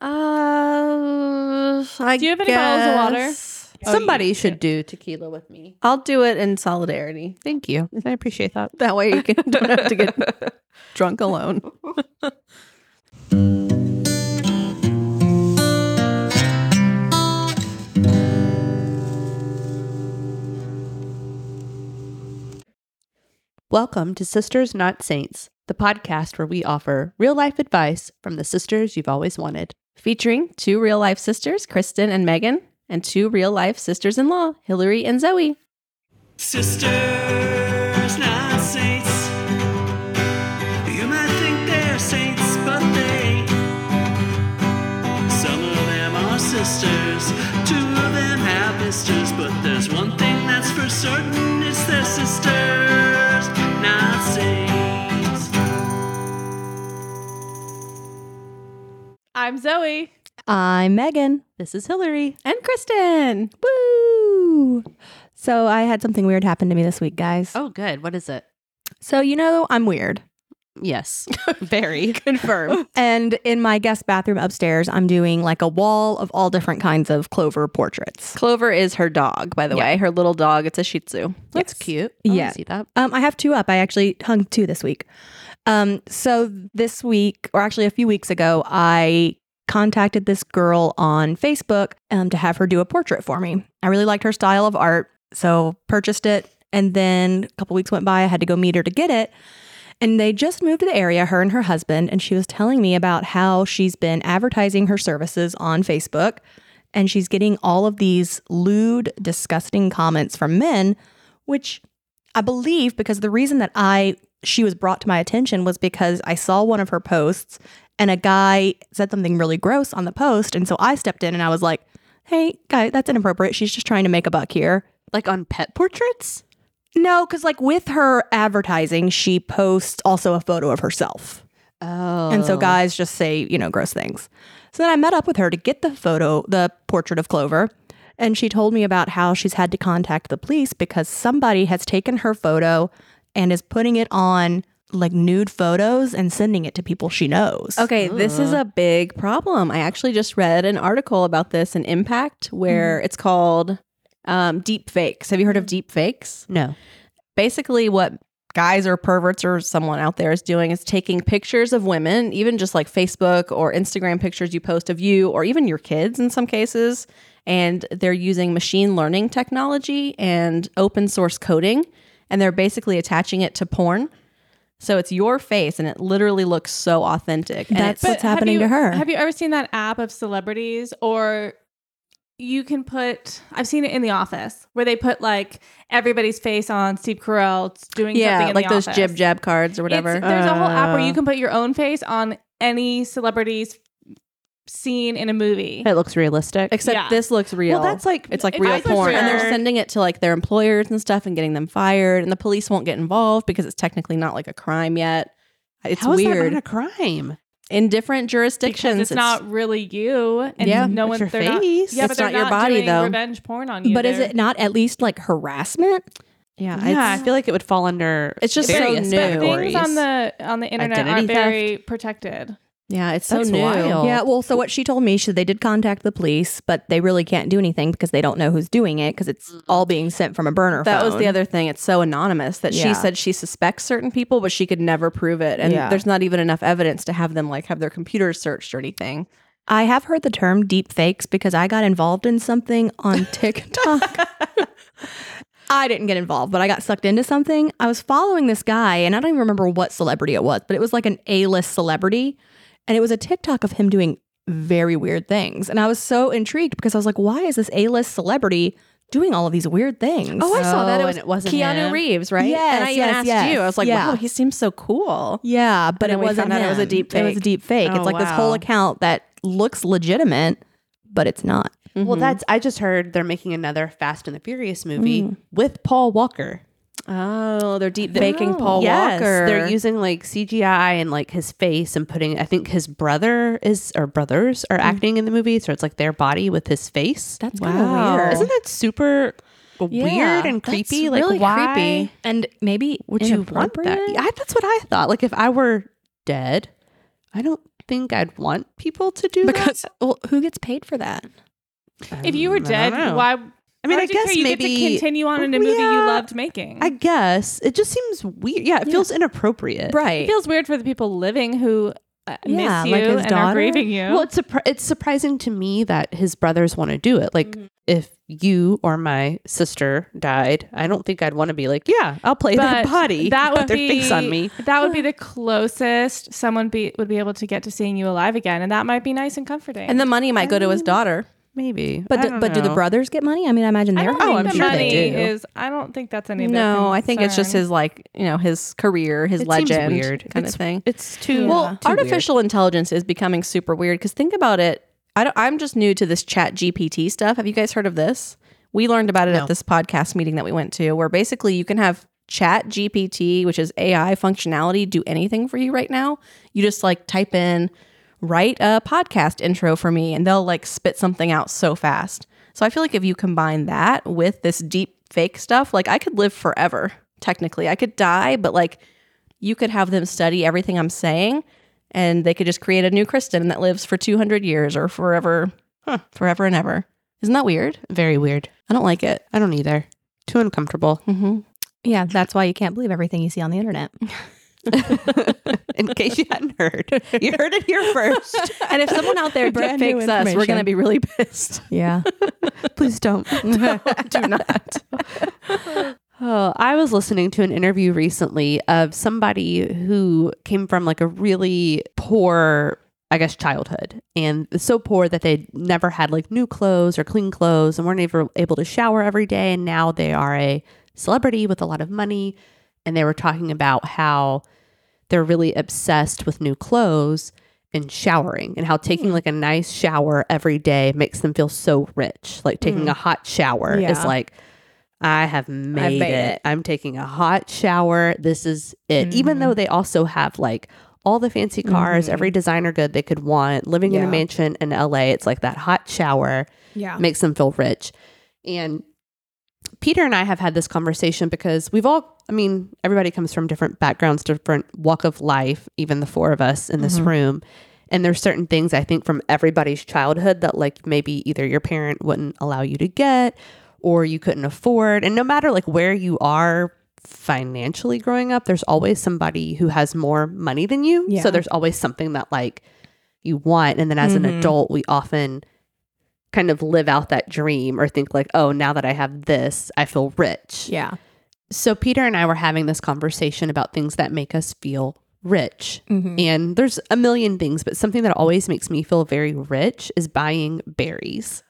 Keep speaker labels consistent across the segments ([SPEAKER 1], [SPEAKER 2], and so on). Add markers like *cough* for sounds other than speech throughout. [SPEAKER 1] Uh, I
[SPEAKER 2] Do you have any bottles of water?
[SPEAKER 1] guess.
[SPEAKER 2] Oh, you
[SPEAKER 1] Somebody
[SPEAKER 2] do.
[SPEAKER 1] should do tequila with me. I'll do it in solidarity.
[SPEAKER 2] Thank you. I appreciate that.
[SPEAKER 1] That way
[SPEAKER 2] *laughs*
[SPEAKER 1] you can don't have to get drunk alone.
[SPEAKER 3] Welcome to Sisters Not Saints, the podcast where we offer real life advice from the sisters you've always wanted.
[SPEAKER 1] Featuring two real life sisters, Kristen and Megan, and two real life sisters in law, Hillary and Zoe.
[SPEAKER 4] Sisters, not saints. You might think they're saints, but they. Some of them are sisters, two of them have misters, but there's one thing that's for certain it's their sisters, not saints.
[SPEAKER 2] I'm Zoe.
[SPEAKER 3] I'm Megan. This is Hillary.
[SPEAKER 1] And Kristen.
[SPEAKER 3] Woo!
[SPEAKER 5] So I had something weird happen to me this week, guys.
[SPEAKER 3] Oh, good. What is it?
[SPEAKER 5] So you know I'm weird.
[SPEAKER 3] Yes. *laughs* Very.
[SPEAKER 1] *laughs* Confirm.
[SPEAKER 5] And in my guest bathroom upstairs, I'm doing like a wall of all different kinds of clover portraits.
[SPEAKER 1] Clover is her dog, by the way, her little dog. It's a Shih Tzu. Oh,
[SPEAKER 3] That's cute. I
[SPEAKER 5] Yeah.
[SPEAKER 3] wanna see that.
[SPEAKER 5] Um, I have two up. I actually hung two this week. Um, so this week, or actually a few weeks ago, I contacted this girl on Facebook um, to have her do a portrait for me. I really liked her style of art, so purchased it. And then a couple weeks went by. I had to go meet her to get it. And they just moved to the area, her and her husband, and she was telling me about how she's been advertising her services on Facebook and she's getting all of these lewd, disgusting comments from men, which I believe because the reason that I she was brought to my attention was because I saw one of her posts and a guy said something really gross on the post. And so I stepped in and I was like, hey, guy, that's inappropriate. She's just trying to make a buck here.
[SPEAKER 3] Like on pet portraits?
[SPEAKER 5] No, because like with her advertising, she posts also a photo of herself.
[SPEAKER 3] Oh.
[SPEAKER 5] And so guys just say, you know, gross things. So then I met up with her to get the photo, the portrait of Clover. And she told me about how she's had to contact the police because somebody has taken her photo and is putting it on like nude photos and sending it to people she knows.
[SPEAKER 1] Okay, this is a big problem. I actually just read an article about this in Impact where
[SPEAKER 3] Mm-hmm.
[SPEAKER 1] it's called um, Deep Fakes. Have you heard
[SPEAKER 3] Mm.
[SPEAKER 1] of Deep Fakes?
[SPEAKER 3] No.
[SPEAKER 1] basically what guys or perverts or someone out there is doing is taking pictures of women, even just like Facebook or Instagram pictures you post of you or even your kids in some cases, and they're using machine learning technology and open source coding and they're basically attaching it to porn. So it's your face and it literally looks so authentic. And
[SPEAKER 5] That's
[SPEAKER 1] it's-
[SPEAKER 5] what's
[SPEAKER 2] have
[SPEAKER 5] happening
[SPEAKER 2] you-
[SPEAKER 5] to her.
[SPEAKER 2] Have you ever seen that app of celebrities or you can put I've seen it in the office where they put like everybody's face on Steve Carell doing something
[SPEAKER 1] yeah,
[SPEAKER 2] in
[SPEAKER 1] like
[SPEAKER 2] the
[SPEAKER 1] those
[SPEAKER 2] office.
[SPEAKER 1] jib jab cards or
[SPEAKER 2] It's-
[SPEAKER 1] whatever.
[SPEAKER 2] there's a whole app where
[SPEAKER 3] Oh.
[SPEAKER 2] you can put your own face on any celebrity's scene in a movie.
[SPEAKER 3] It looks realistic.
[SPEAKER 1] Except
[SPEAKER 2] yeah.
[SPEAKER 1] this looks real.
[SPEAKER 3] Well, that's like
[SPEAKER 1] It's like
[SPEAKER 2] It's
[SPEAKER 1] real
[SPEAKER 2] like for
[SPEAKER 1] porn. And they're
[SPEAKER 2] sure.
[SPEAKER 1] sending it to like their employers and stuff and getting them fired. And the police won't get involved because it's technically not like a crime yet. It's
[SPEAKER 3] How is that
[SPEAKER 1] weird.
[SPEAKER 3] not a crime.
[SPEAKER 1] In different jurisdictions,
[SPEAKER 2] because it's, not really you, and
[SPEAKER 1] Yeah,
[SPEAKER 2] no one.
[SPEAKER 3] it's your
[SPEAKER 2] they're not-
[SPEAKER 3] face.
[SPEAKER 2] yeah,
[SPEAKER 1] It's
[SPEAKER 2] but they're
[SPEAKER 1] not
[SPEAKER 2] not
[SPEAKER 1] your body,
[SPEAKER 2] doing
[SPEAKER 1] though.
[SPEAKER 2] Revenge porn on you.
[SPEAKER 5] But is
[SPEAKER 2] They're-
[SPEAKER 5] it not at least like harassment?
[SPEAKER 3] Yeah.
[SPEAKER 2] Yeah,
[SPEAKER 3] it's-
[SPEAKER 2] I-
[SPEAKER 3] I feel like it would fall under.
[SPEAKER 1] It's just
[SPEAKER 3] very
[SPEAKER 1] so new.
[SPEAKER 2] But things
[SPEAKER 3] categories.
[SPEAKER 2] on the on the internet
[SPEAKER 3] Identity
[SPEAKER 2] are very protected.
[SPEAKER 1] Yeah, it's so
[SPEAKER 3] That's
[SPEAKER 1] new.
[SPEAKER 3] wild.
[SPEAKER 5] Yeah, well, so what she told me, she they did contact the police, but they really can't do anything because they don't know who's doing it because it's all being sent from a burner
[SPEAKER 1] That was
[SPEAKER 5] phone.
[SPEAKER 1] the other thing. It's so anonymous that she
[SPEAKER 5] Yeah.
[SPEAKER 1] said she suspects certain people, but she could never prove it. And
[SPEAKER 5] Yeah.
[SPEAKER 1] there's not even enough evidence to have them like have their computers searched or anything.
[SPEAKER 5] I have heard the term deep fakes because I got involved in something
[SPEAKER 1] *laughs*
[SPEAKER 5] on TikTok. *laughs* I didn't get involved, but I got sucked into something. I was following this guy, and I don't even remember what celebrity it was, but it was like an A list celebrity. And it was a TikTok of him doing very weird things. And I was so intrigued because I was like, why is this A list celebrity doing all of these weird things?
[SPEAKER 1] Oh, I saw that. It was
[SPEAKER 3] and it wasn't
[SPEAKER 1] Keanu
[SPEAKER 3] him.
[SPEAKER 1] Reeves, right?
[SPEAKER 5] Yes,
[SPEAKER 1] and I even
[SPEAKER 5] yes,
[SPEAKER 1] asked
[SPEAKER 5] yes.
[SPEAKER 1] you. I was like,
[SPEAKER 5] Yeah.
[SPEAKER 1] wow, he seems so cool.
[SPEAKER 5] Yeah, but
[SPEAKER 1] then
[SPEAKER 5] it
[SPEAKER 1] we
[SPEAKER 5] wasn't.
[SPEAKER 1] found out it was a
[SPEAKER 5] him.
[SPEAKER 1] deep
[SPEAKER 5] It was a
[SPEAKER 1] fake.
[SPEAKER 5] deep fake.
[SPEAKER 3] Oh,
[SPEAKER 5] it's like this whole
[SPEAKER 3] wow.
[SPEAKER 5] account that looks legitimate, but it's not.
[SPEAKER 3] Well,
[SPEAKER 2] Mm-hmm.
[SPEAKER 1] Mhm.
[SPEAKER 3] that's. I just heard they're making another Fast and the Furious movie
[SPEAKER 2] Mm.
[SPEAKER 3] with Paul Walker.
[SPEAKER 1] Oh, they're deep faking Paul
[SPEAKER 3] yes,
[SPEAKER 1] Walker.
[SPEAKER 3] they're using like CGI and like his face and putting. I think his brother is or brothers
[SPEAKER 2] Mm.
[SPEAKER 3] are acting in the movie, so it's like their body with his face.
[SPEAKER 5] That's
[SPEAKER 1] kinda Wow. weird.
[SPEAKER 3] Isn't that super
[SPEAKER 1] Yeah,
[SPEAKER 3] weird and
[SPEAKER 1] that's
[SPEAKER 3] creepy? Like
[SPEAKER 1] really
[SPEAKER 3] why
[SPEAKER 1] creepy.
[SPEAKER 5] And maybe
[SPEAKER 3] would you want
[SPEAKER 1] *laughs*
[SPEAKER 3] that?
[SPEAKER 5] inappropriate?
[SPEAKER 3] I, that's what I thought. Like if I were dead, I don't think I'd want people to do that.
[SPEAKER 5] Because well, who gets paid for that?
[SPEAKER 2] If you were
[SPEAKER 3] Um, I don't
[SPEAKER 2] dead,
[SPEAKER 3] know.
[SPEAKER 2] why?
[SPEAKER 3] I mean,
[SPEAKER 2] why would
[SPEAKER 3] I
[SPEAKER 2] you care?
[SPEAKER 3] guess
[SPEAKER 2] you get to
[SPEAKER 3] maybe.
[SPEAKER 2] continue on in a movie you
[SPEAKER 3] Yeah.
[SPEAKER 2] loved making.
[SPEAKER 3] I guess it just seems weird. Yeah, it feels inappropriate.
[SPEAKER 2] it
[SPEAKER 5] Right.
[SPEAKER 2] feels weird for the people living who uh,
[SPEAKER 5] Yeah,
[SPEAKER 2] miss you
[SPEAKER 5] like his
[SPEAKER 2] and
[SPEAKER 5] daughter.
[SPEAKER 2] are grieving you.
[SPEAKER 3] Well, it's surpri- it's surprising to me that his brothers want to do it. Like, if you or my sister died, I don't think I'd want to be like, yeah, I'll play their
[SPEAKER 2] But
[SPEAKER 3] body,
[SPEAKER 2] That
[SPEAKER 3] put
[SPEAKER 2] would
[SPEAKER 3] their
[SPEAKER 2] be
[SPEAKER 3] face on me.
[SPEAKER 2] That would be the closest someone be would be able to get to seeing you alive again, and that might be nice and comforting.
[SPEAKER 1] And the money might go to
[SPEAKER 3] Oh.
[SPEAKER 1] his daughter.
[SPEAKER 3] Maybe,
[SPEAKER 5] But
[SPEAKER 3] I
[SPEAKER 5] do,
[SPEAKER 3] don't
[SPEAKER 5] but do the
[SPEAKER 3] know.
[SPEAKER 5] brothers get money? I mean, I imagine
[SPEAKER 2] I
[SPEAKER 5] they're.
[SPEAKER 2] don't think
[SPEAKER 3] I'm
[SPEAKER 2] the
[SPEAKER 3] sure they
[SPEAKER 2] money
[SPEAKER 3] do.
[SPEAKER 2] is. I don't think that's any. of their
[SPEAKER 1] No, I think it's just
[SPEAKER 2] concern.
[SPEAKER 1] his like you know his career, his
[SPEAKER 3] It seems
[SPEAKER 1] legend,
[SPEAKER 3] weird.
[SPEAKER 1] kind
[SPEAKER 3] It's-
[SPEAKER 1] of thing.
[SPEAKER 3] It's too
[SPEAKER 1] Well,
[SPEAKER 3] too weird.
[SPEAKER 1] artificial intelligence is becoming super weird because think about it. I don't, I'm just new to this chat GPT stuff. Have you guys heard of this? We learned about it
[SPEAKER 3] No.
[SPEAKER 1] at this podcast meeting that we went to, where basically you can have chat GPT, which is AI functionality, do anything for you right now. You just like type in, write a podcast intro for me, and they'll like spit something out so fast. So I feel like if you combine that with this deep fake stuff, like I could live forever, technically. I could die, but like you could have them study everything I'm saying and they could just create a new Kristen that lives for 200 years or forever, forever and ever. Isn't that weird?
[SPEAKER 3] Very weird.
[SPEAKER 1] I don't like it.
[SPEAKER 3] I don't either. Too uncomfortable. *laughs*
[SPEAKER 1] Mm-hmm.
[SPEAKER 5] Yeah, that's why you can't believe everything you see on the internet.
[SPEAKER 3] In case you hadn't heard, you heard it here first.
[SPEAKER 1] And if someone out
[SPEAKER 5] *laughs*
[SPEAKER 1] there
[SPEAKER 5] Brand
[SPEAKER 1] deep
[SPEAKER 5] new
[SPEAKER 1] fakes us, we're going to
[SPEAKER 5] information.
[SPEAKER 1] be really pissed.
[SPEAKER 5] Yeah.
[SPEAKER 3] Please don't. *laughs*
[SPEAKER 1] Do not.
[SPEAKER 3] Oh, I was listening to an interview recently of somebody who came from like a really poor, I guess, childhood and so poor that they never had like new clothes or clean clothes and weren't ever able to shower every day. And now they are a celebrity with a lot of money. And they were talking about how they're really obsessed with new clothes and showering and how taking like a nice shower every day makes them feel so rich. Like taking a hot shower
[SPEAKER 5] Yeah.
[SPEAKER 3] is like, I have made,
[SPEAKER 5] made
[SPEAKER 3] it.
[SPEAKER 5] it.
[SPEAKER 3] I'm taking a hot shower. This is it. Even
[SPEAKER 5] Mm-hmm.
[SPEAKER 3] though they also have like all the fancy cars, every designer good they could want, living in a
[SPEAKER 5] Yeah.
[SPEAKER 3] mansion in LA, it's like that hot shower
[SPEAKER 5] Yeah.
[SPEAKER 3] makes them feel rich. And Peter and I have had this conversation because we've all, I mean, everybody comes from different backgrounds, different walk of life, even the four of us in this
[SPEAKER 5] Mm-hmm.
[SPEAKER 3] room. And there's certain things I think from everybody's childhood that like maybe either your parent wouldn't allow you to get or you couldn't afford. And no matter like where you are financially growing up, there's always somebody who has more money than you.
[SPEAKER 5] Yeah.
[SPEAKER 3] So there's always something that like you want. And then as an
[SPEAKER 5] Mhm.
[SPEAKER 3] adult, we often kind of live out that dream or think like, oh, now that I have this, I feel rich.
[SPEAKER 5] Yeah.
[SPEAKER 3] So Peter and I were having this conversation about things that make us feel rich. And there's a million things, but something that always makes me feel very rich is buying berries.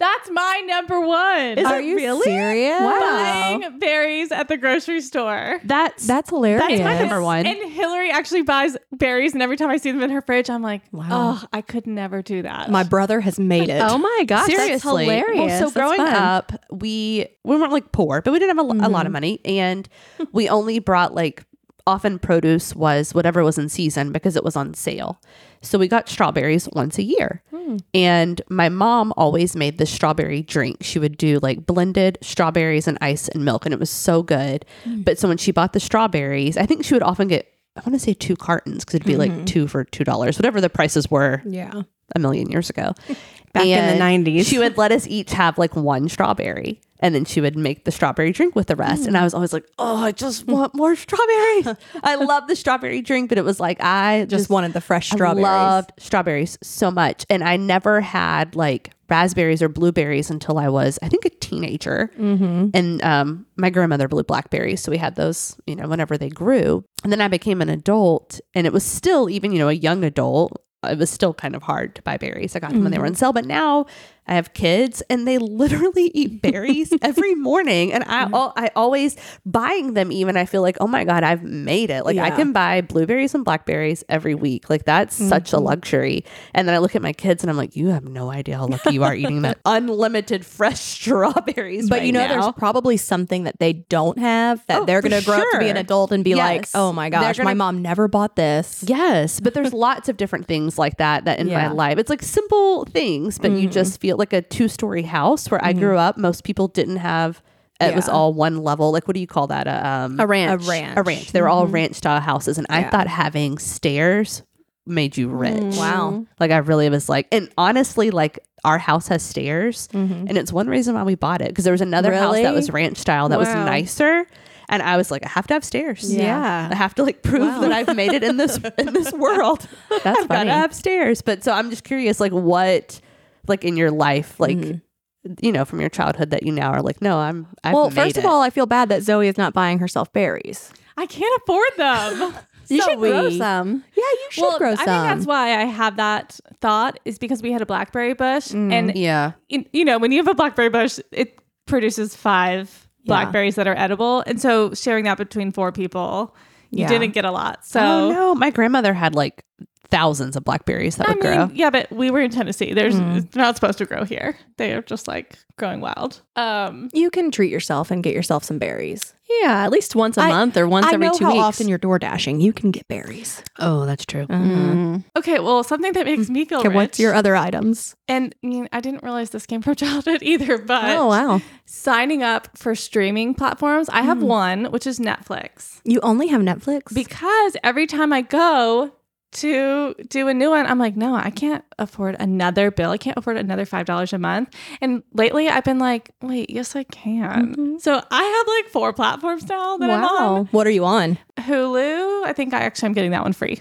[SPEAKER 2] That's my number one.
[SPEAKER 3] Is
[SPEAKER 5] Are
[SPEAKER 3] it
[SPEAKER 5] you
[SPEAKER 3] really?
[SPEAKER 5] serious?
[SPEAKER 2] buying berries at the grocery store.
[SPEAKER 3] That's
[SPEAKER 5] That's hilarious.
[SPEAKER 3] That's my number
[SPEAKER 2] Yes.
[SPEAKER 3] one.
[SPEAKER 2] And Hillary actually buys berries, and every time I see them in her fridge, I'm like,
[SPEAKER 5] Wow.
[SPEAKER 2] oh, I could never do that.
[SPEAKER 5] My brother has made it.
[SPEAKER 1] Oh my gosh. That's
[SPEAKER 3] Seriously.
[SPEAKER 1] hilarious.
[SPEAKER 3] Well, so
[SPEAKER 1] That's
[SPEAKER 3] growing
[SPEAKER 1] fun. Mm-hmm.
[SPEAKER 3] up, we we weren't like poor, but we didn't have a, lo- a lot of money, and we only brought like often produce was whatever was in season because it was on sale. So we got strawberries once a year.
[SPEAKER 1] Hmm.
[SPEAKER 3] And my mom always made the strawberry drink. She would do like blended strawberries and ice and milk and it was so good.
[SPEAKER 1] Hmm.
[SPEAKER 3] But so when she bought the strawberries, I think she would often get I want to say two cartons because it'd be
[SPEAKER 1] Mm-hmm.
[SPEAKER 3] like two for two dollars, whatever the prices were
[SPEAKER 5] Yeah.
[SPEAKER 3] a million years ago.
[SPEAKER 1] *laughs* Back in the
[SPEAKER 3] And
[SPEAKER 1] 90s.
[SPEAKER 3] She would let us each have like one strawberry and then she would make the strawberry drink with the rest. And I was always like, oh, I just want more
[SPEAKER 1] *laughs*
[SPEAKER 3] strawberries. I love the strawberry drink, but it was like, I just,
[SPEAKER 5] Just wanted the fresh
[SPEAKER 3] I
[SPEAKER 5] strawberries.
[SPEAKER 3] loved strawberries so much. And I never had like raspberries or blueberries until I was, I think, a teenager.
[SPEAKER 5] Mm-hmm.
[SPEAKER 3] And um, my grandmother blew blackberries. So we had those, you know, whenever they grew. And then I became an adult and it was still, even, you know, a young adult. It was still kind of hard to buy berries. I got them when they
[SPEAKER 5] Mm-hmm.
[SPEAKER 3] were on sale, but now I have kids and they literally *laughs* eat berries every morning. And
[SPEAKER 5] Mm-hmm.
[SPEAKER 3] I, al- I always buying them. Even I feel like, oh my god, I've made it. Like I
[SPEAKER 5] Yeah.
[SPEAKER 3] can buy blueberries and blackberries every week. Like that's such a
[SPEAKER 5] Mm-hmm.
[SPEAKER 3] luxury. And then I look at my kids and I'm like, you have no idea how lucky you are
[SPEAKER 5] *laughs*
[SPEAKER 3] eating that unlimited fresh strawberries.
[SPEAKER 5] But you
[SPEAKER 3] right
[SPEAKER 5] know,
[SPEAKER 3] now.
[SPEAKER 5] there's probably something that they don't have that
[SPEAKER 3] Oh,
[SPEAKER 5] they're
[SPEAKER 3] for
[SPEAKER 5] going to grow up to be
[SPEAKER 3] sure.
[SPEAKER 5] an adult and be like,
[SPEAKER 3] Yes.
[SPEAKER 5] oh my
[SPEAKER 3] They're
[SPEAKER 5] gosh, my
[SPEAKER 3] gonna-
[SPEAKER 5] mom never bought this.
[SPEAKER 3] Yes, but there's lots of different things like that that in
[SPEAKER 5] Yeah.
[SPEAKER 3] my life. It's like simple things, but you just feel like a two-story house where I grew up. Most people didn't have. It was
[SPEAKER 5] Yeah.
[SPEAKER 3] all one level. Like what do you call that? A, um,
[SPEAKER 1] A ranch.
[SPEAKER 5] A ranch.
[SPEAKER 3] a ranch. They were all ranch style houses. And I thought having stairs made you rich.
[SPEAKER 5] Wow.
[SPEAKER 3] Like I really was like, and honestly, like our house has stairs,
[SPEAKER 5] Mm-hmm.
[SPEAKER 3] and it's one reason why we bought it because there was another house that
[SPEAKER 1] Really?
[SPEAKER 3] was ranch style that was
[SPEAKER 2] Wow.
[SPEAKER 3] nicer, and I was like, I have to have stairs. I
[SPEAKER 2] Yeah.
[SPEAKER 3] have to like prove
[SPEAKER 5] Wow.
[SPEAKER 3] that I've made it in this
[SPEAKER 2] *laughs*
[SPEAKER 3] in this world.
[SPEAKER 5] That's
[SPEAKER 3] I've got to have stairs. But so I'm just curious, like what, like in your life, like
[SPEAKER 5] Mhm.
[SPEAKER 2] Mm-hmm.
[SPEAKER 3] you know, from your childhood that you now are like, no, I'm. I've
[SPEAKER 5] well,
[SPEAKER 3] made
[SPEAKER 5] first of
[SPEAKER 3] it.
[SPEAKER 5] all, I feel bad that Zoe is not buying herself berries.
[SPEAKER 2] I can't afford
[SPEAKER 5] *laughs*
[SPEAKER 2] them.
[SPEAKER 5] You should grow
[SPEAKER 1] some.
[SPEAKER 5] Yeah, you should grow
[SPEAKER 2] I
[SPEAKER 5] some.
[SPEAKER 2] think that's why I have that thought is because we had a blackberry bush,
[SPEAKER 5] Mm,
[SPEAKER 2] and
[SPEAKER 3] yeah,
[SPEAKER 2] you you know when you have a blackberry bush, it produces five blackberries that are edible, and so sharing that between four people, you
[SPEAKER 5] Yeah.
[SPEAKER 2] didn't get a lot. So.
[SPEAKER 3] oh no, my grandmother had like thousands of blackberries that
[SPEAKER 2] I
[SPEAKER 3] would
[SPEAKER 2] mean,
[SPEAKER 3] grow.
[SPEAKER 2] yeah, but we were in Tennessee. There's
[SPEAKER 5] Mm.
[SPEAKER 2] it's not supposed to grow here. They are just like growing wild. Um,
[SPEAKER 5] You can treat yourself and get yourself some berries.
[SPEAKER 1] Yeah, at least once a
[SPEAKER 5] I-
[SPEAKER 1] month or once
[SPEAKER 5] I
[SPEAKER 1] every
[SPEAKER 5] know
[SPEAKER 1] two
[SPEAKER 5] how
[SPEAKER 1] weeks.
[SPEAKER 5] often you're door dashing. You can get berries.
[SPEAKER 3] Oh, that's true.
[SPEAKER 5] Mm-hmm.
[SPEAKER 1] Mm.
[SPEAKER 2] okay, well, something that makes me feel
[SPEAKER 5] Mm. Okay,
[SPEAKER 2] rich.
[SPEAKER 5] what's your other items?
[SPEAKER 2] and I mean, I didn't realize this came from *laughs* childhood either. But
[SPEAKER 5] oh wow,
[SPEAKER 2] signing up for streaming platforms. I
[SPEAKER 5] Mm.
[SPEAKER 2] have one, which is Netflix,
[SPEAKER 5] you only have Netflix.
[SPEAKER 2] because every time I go to do a new one, I'm like, no, I can't afford another bill. I can't afford another $5 a month. And lately I've been like, wait, yes, I can.
[SPEAKER 5] Mhm.
[SPEAKER 2] So I have like four platforms now that I'm on.
[SPEAKER 5] wow, what are you on?
[SPEAKER 2] Hulu. I think I actually am getting that one free.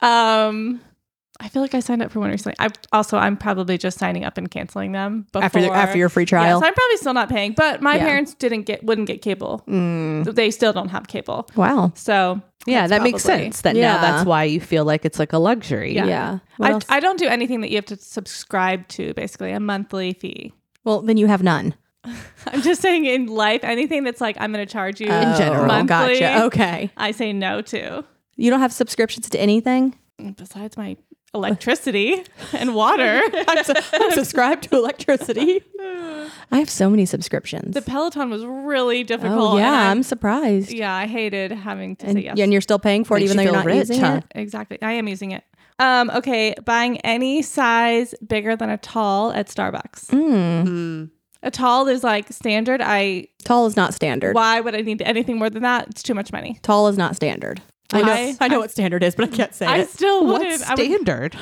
[SPEAKER 2] Um, I feel like I signed up for one recently. I also I'm probably just signing up and canceling them before
[SPEAKER 5] after after your free
[SPEAKER 2] Yeah,
[SPEAKER 5] trial.
[SPEAKER 2] so I'm probably still not paying, but my
[SPEAKER 5] Yeah.
[SPEAKER 2] parents didn't get wouldn't get cable.
[SPEAKER 5] Mm.
[SPEAKER 2] They still don't have cable,
[SPEAKER 5] Wow.
[SPEAKER 2] so
[SPEAKER 3] Yeah,
[SPEAKER 2] that's
[SPEAKER 3] that makes
[SPEAKER 2] probably-
[SPEAKER 3] sense. That now
[SPEAKER 5] Yeah.
[SPEAKER 3] that's why you feel like it's like a luxury.
[SPEAKER 2] Yeah.
[SPEAKER 5] What
[SPEAKER 2] I,
[SPEAKER 5] else?
[SPEAKER 2] I don't do anything that you have to subscribe to. Basically, a monthly fee. *laughs*
[SPEAKER 5] well, then you have none.
[SPEAKER 2] I'm just saying in life, anything that's like I'm going to charge you
[SPEAKER 5] Oh,
[SPEAKER 3] general.
[SPEAKER 2] monthly,
[SPEAKER 5] Gotcha. Okay.
[SPEAKER 2] I say no to.
[SPEAKER 5] You don't have subscriptions to anything.
[SPEAKER 2] *laughs* Besides my electricity *laughs*
[SPEAKER 5] *laughs*
[SPEAKER 2] and water.
[SPEAKER 5] I'm subscribed to
[SPEAKER 2] *laughs*
[SPEAKER 5] electricity. I have so many subscriptions.
[SPEAKER 2] The Peloton was really difficult.
[SPEAKER 5] oh
[SPEAKER 2] and
[SPEAKER 5] yeah,
[SPEAKER 2] I-
[SPEAKER 5] I'm surprised.
[SPEAKER 2] yeah, I hated having to
[SPEAKER 5] And,
[SPEAKER 2] say yes.
[SPEAKER 5] yeah, and you're still paying for it,
[SPEAKER 3] Makes
[SPEAKER 5] even though
[SPEAKER 3] you
[SPEAKER 5] you're not
[SPEAKER 3] feel rich,
[SPEAKER 5] using
[SPEAKER 3] huh?
[SPEAKER 5] it.
[SPEAKER 2] exactly. I am using it. Um, okay, buying any size bigger than a tall at Starbucks.
[SPEAKER 5] Mm.
[SPEAKER 3] Mm.
[SPEAKER 2] A tall is like standard. I
[SPEAKER 5] Tall is not standard.
[SPEAKER 2] why would I need anything more than that? It's too much money.
[SPEAKER 5] Tall is not standard.
[SPEAKER 2] I know- I- I know
[SPEAKER 5] what standard is, but I can't say
[SPEAKER 2] I still wouldn't.
[SPEAKER 3] What's
[SPEAKER 2] I would,
[SPEAKER 3] standard?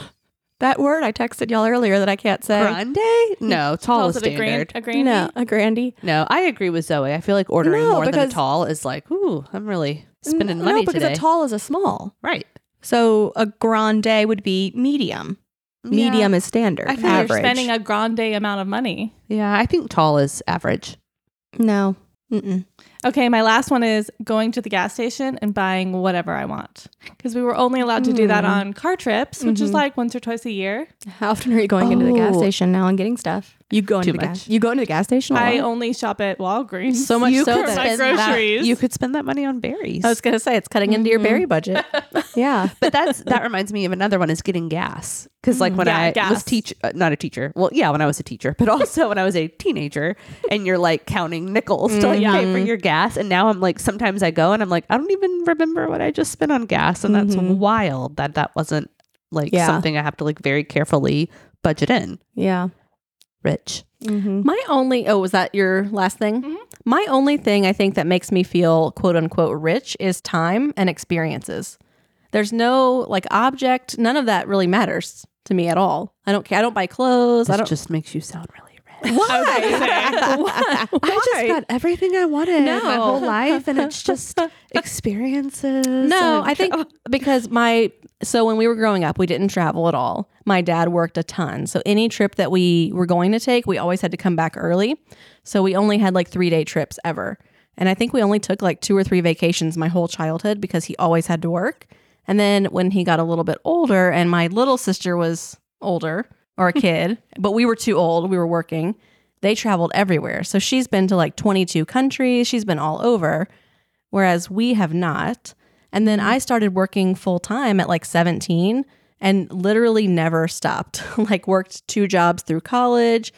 [SPEAKER 5] That word I texted y'all earlier that I can't say.
[SPEAKER 3] Grande? No, tall
[SPEAKER 2] tall's
[SPEAKER 3] is
[SPEAKER 2] at a grand,
[SPEAKER 3] standard.
[SPEAKER 2] a grand.
[SPEAKER 5] No, a grandy.
[SPEAKER 3] No, I agree with Zoe. I feel like ordering
[SPEAKER 5] No,
[SPEAKER 3] more than a
[SPEAKER 5] because- Mm,
[SPEAKER 3] tall is like, ooh, I'm really spending
[SPEAKER 5] no,
[SPEAKER 3] money
[SPEAKER 5] because
[SPEAKER 3] today.
[SPEAKER 5] a tall is a small.
[SPEAKER 3] right.
[SPEAKER 5] So a grande would be medium. Medium is standard.
[SPEAKER 2] I feel like
[SPEAKER 5] average.
[SPEAKER 2] you're spending a grande amount of money.
[SPEAKER 3] Yeah, I think tall is average.
[SPEAKER 5] no. Mm-mm.
[SPEAKER 2] Okay, my last one is going to the gas station and buying whatever I want. Because we were only allowed to do that on car trips, which is like once or twice a year.
[SPEAKER 5] How often are you going into the gas
[SPEAKER 3] Oh.
[SPEAKER 5] station now and getting stuff? You go into
[SPEAKER 3] Too
[SPEAKER 5] the
[SPEAKER 3] much.
[SPEAKER 5] gas. You go into the gas station. a
[SPEAKER 2] I
[SPEAKER 5] lot?
[SPEAKER 2] only shop at Walgreens.
[SPEAKER 1] So much
[SPEAKER 3] You
[SPEAKER 1] so
[SPEAKER 2] could
[SPEAKER 1] that
[SPEAKER 2] buy
[SPEAKER 1] spend
[SPEAKER 2] groceries.
[SPEAKER 3] You could spend that money on berries.
[SPEAKER 1] I
[SPEAKER 5] Oh,
[SPEAKER 1] was gonna say it's cutting into
[SPEAKER 5] Mm-hmm.
[SPEAKER 1] your berry
[SPEAKER 5] *laughs*
[SPEAKER 1] budget.
[SPEAKER 5] yeah.
[SPEAKER 3] but that's that reminds me of another one is getting Mm, gas because like when
[SPEAKER 2] Yeah,
[SPEAKER 3] I
[SPEAKER 2] gas.
[SPEAKER 3] was teach uh, not a teacher well yeah when I was a teacher but *laughs* also when I was a teenager and you're like counting nickels to like pay for your gas and now I'm like sometimes I go and I'm like I don't even remember what I just spent on gas and that's wild that that wasn't like
[SPEAKER 5] Yeah.
[SPEAKER 3] something I have to like very carefully budget in
[SPEAKER 5] Yeah.
[SPEAKER 3] rich
[SPEAKER 5] Mm-hmm.
[SPEAKER 1] My only oh was that your last thing? My only thing I think that makes me feel quote unquote rich is time and experiences. There's no like object, none of that really matters to me at all. I don't care. I don't buy clothes. I
[SPEAKER 3] that
[SPEAKER 1] don't
[SPEAKER 3] just makes you sound really rich
[SPEAKER 2] I was
[SPEAKER 1] *laughs*
[SPEAKER 2] gonna
[SPEAKER 5] *laughs*
[SPEAKER 2] say.
[SPEAKER 1] Why?
[SPEAKER 3] *laughs* I just got everything I wanted my
[SPEAKER 1] No.
[SPEAKER 3] whole life and *laughs* it's just experiences
[SPEAKER 1] No,
[SPEAKER 3] and
[SPEAKER 1] I think because my so when we were growing up, we didn't travel at all. My dad worked a ton. So any trip that we were going to take, we always had to come back early. So we only had like 3-day trips ever. And I think we only took like two or three vacations my whole childhood because he always had to work. And then when he got a little bit older and my little sister was older or a kid, but we were too old, we were working. They traveled everywhere. So she's been to like 22 countries, she's been all over whereas we have not. And then I started working full time at like 17 and literally never stopped. *laughs* like worked two jobs through college.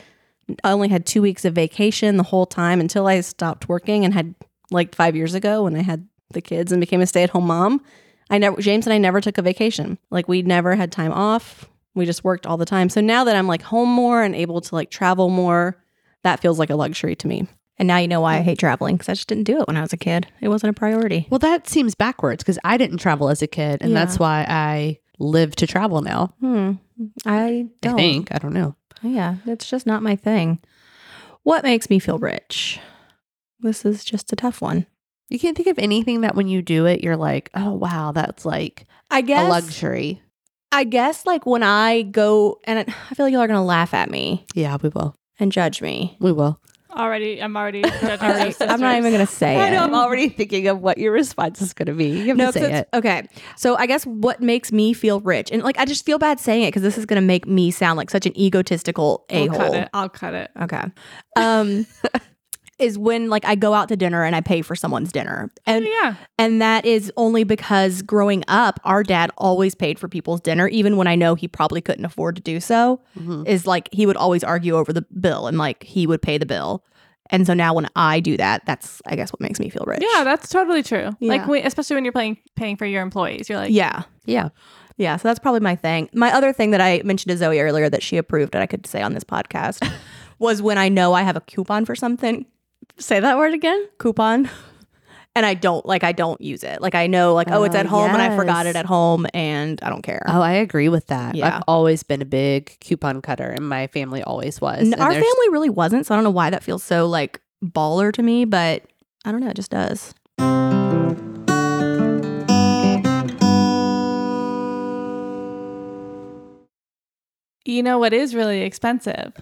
[SPEAKER 1] I only had 2 weeks of vacation the whole time until I stopped working and had like 5 years ago when I had the kids and became a stay-at-home mom. I never James and I never took a vacation. Like we never had time off. We just worked all the time. So now that I'm like home more and able to like travel more, that feels like a luxury to me.
[SPEAKER 5] And now you know why I hate traveling because I just didn't do it when I was a kid. It wasn't a priority.
[SPEAKER 3] Well, that seems backwards because I didn't travel as a kid, and
[SPEAKER 5] Yeah.
[SPEAKER 3] that's why I live to travel now.
[SPEAKER 5] Hmm. I don't.
[SPEAKER 3] I think. I don't know.
[SPEAKER 5] Yeah, it's just not my thing. What makes me feel rich? This is just a tough one.
[SPEAKER 3] You can't think of anything that when you do it, you're like, oh, wow, that's like
[SPEAKER 5] I
[SPEAKER 3] a
[SPEAKER 5] guess.
[SPEAKER 3] luxury.
[SPEAKER 5] I guess like when I go and I I feel like y'all are gonna laugh at me
[SPEAKER 3] Yeah, we will.
[SPEAKER 5] and judge *laughs* me.
[SPEAKER 3] We will.
[SPEAKER 2] Already, I'm
[SPEAKER 5] *laughs*
[SPEAKER 2] already.
[SPEAKER 5] Already, I'm not even gonna say it.
[SPEAKER 3] already thinking of what your response is going to be. You have
[SPEAKER 5] No, 'cause it's- okay. So I guess what makes me feel rich, and like I just feel bad saying it because this is gonna make me sound like such an egotistical a
[SPEAKER 2] I'll cut
[SPEAKER 5] hole.
[SPEAKER 2] it. I'll cut it.
[SPEAKER 5] Okay.
[SPEAKER 2] *laughs*
[SPEAKER 5] Um, is when like I go out to dinner and I pay for someone's dinner, and
[SPEAKER 2] Yeah.
[SPEAKER 5] And that is only because growing up, our dad always paid for people's dinner, even when I know he probably couldn't afford to do so.
[SPEAKER 2] Mm-hmm.
[SPEAKER 3] Mhm.
[SPEAKER 5] Is like he would always argue over the bill and like he would pay the bill. And so now when I do that, that's, I guess, what makes me feel rich.
[SPEAKER 2] Yeah, that's totally true.
[SPEAKER 5] Yeah.
[SPEAKER 2] Like, we, especially when you're playing, paying for your employees, you're like,
[SPEAKER 5] yeah.
[SPEAKER 3] Yeah.
[SPEAKER 5] Yeah. So that's probably my thing. My other thing that I mentioned to Zoe earlier that she approved that I could say on this podcast was when I know I have a coupon for something. Say that word again. Coupon. And I don't like I don't use it. Like I know like oh it's
[SPEAKER 3] Oh,
[SPEAKER 5] at home and I forgot
[SPEAKER 3] yes.
[SPEAKER 5] it at home and I don't care.
[SPEAKER 3] Oh, I agree with that.
[SPEAKER 5] Yeah.
[SPEAKER 3] I've always been a big coupon cutter, and my family always was.
[SPEAKER 5] N-
[SPEAKER 3] And
[SPEAKER 5] Our
[SPEAKER 3] there's-
[SPEAKER 5] family really wasn't, so I don't know why that feels so like baller to me, but I don't know, it just does.
[SPEAKER 2] you know what is really expensive?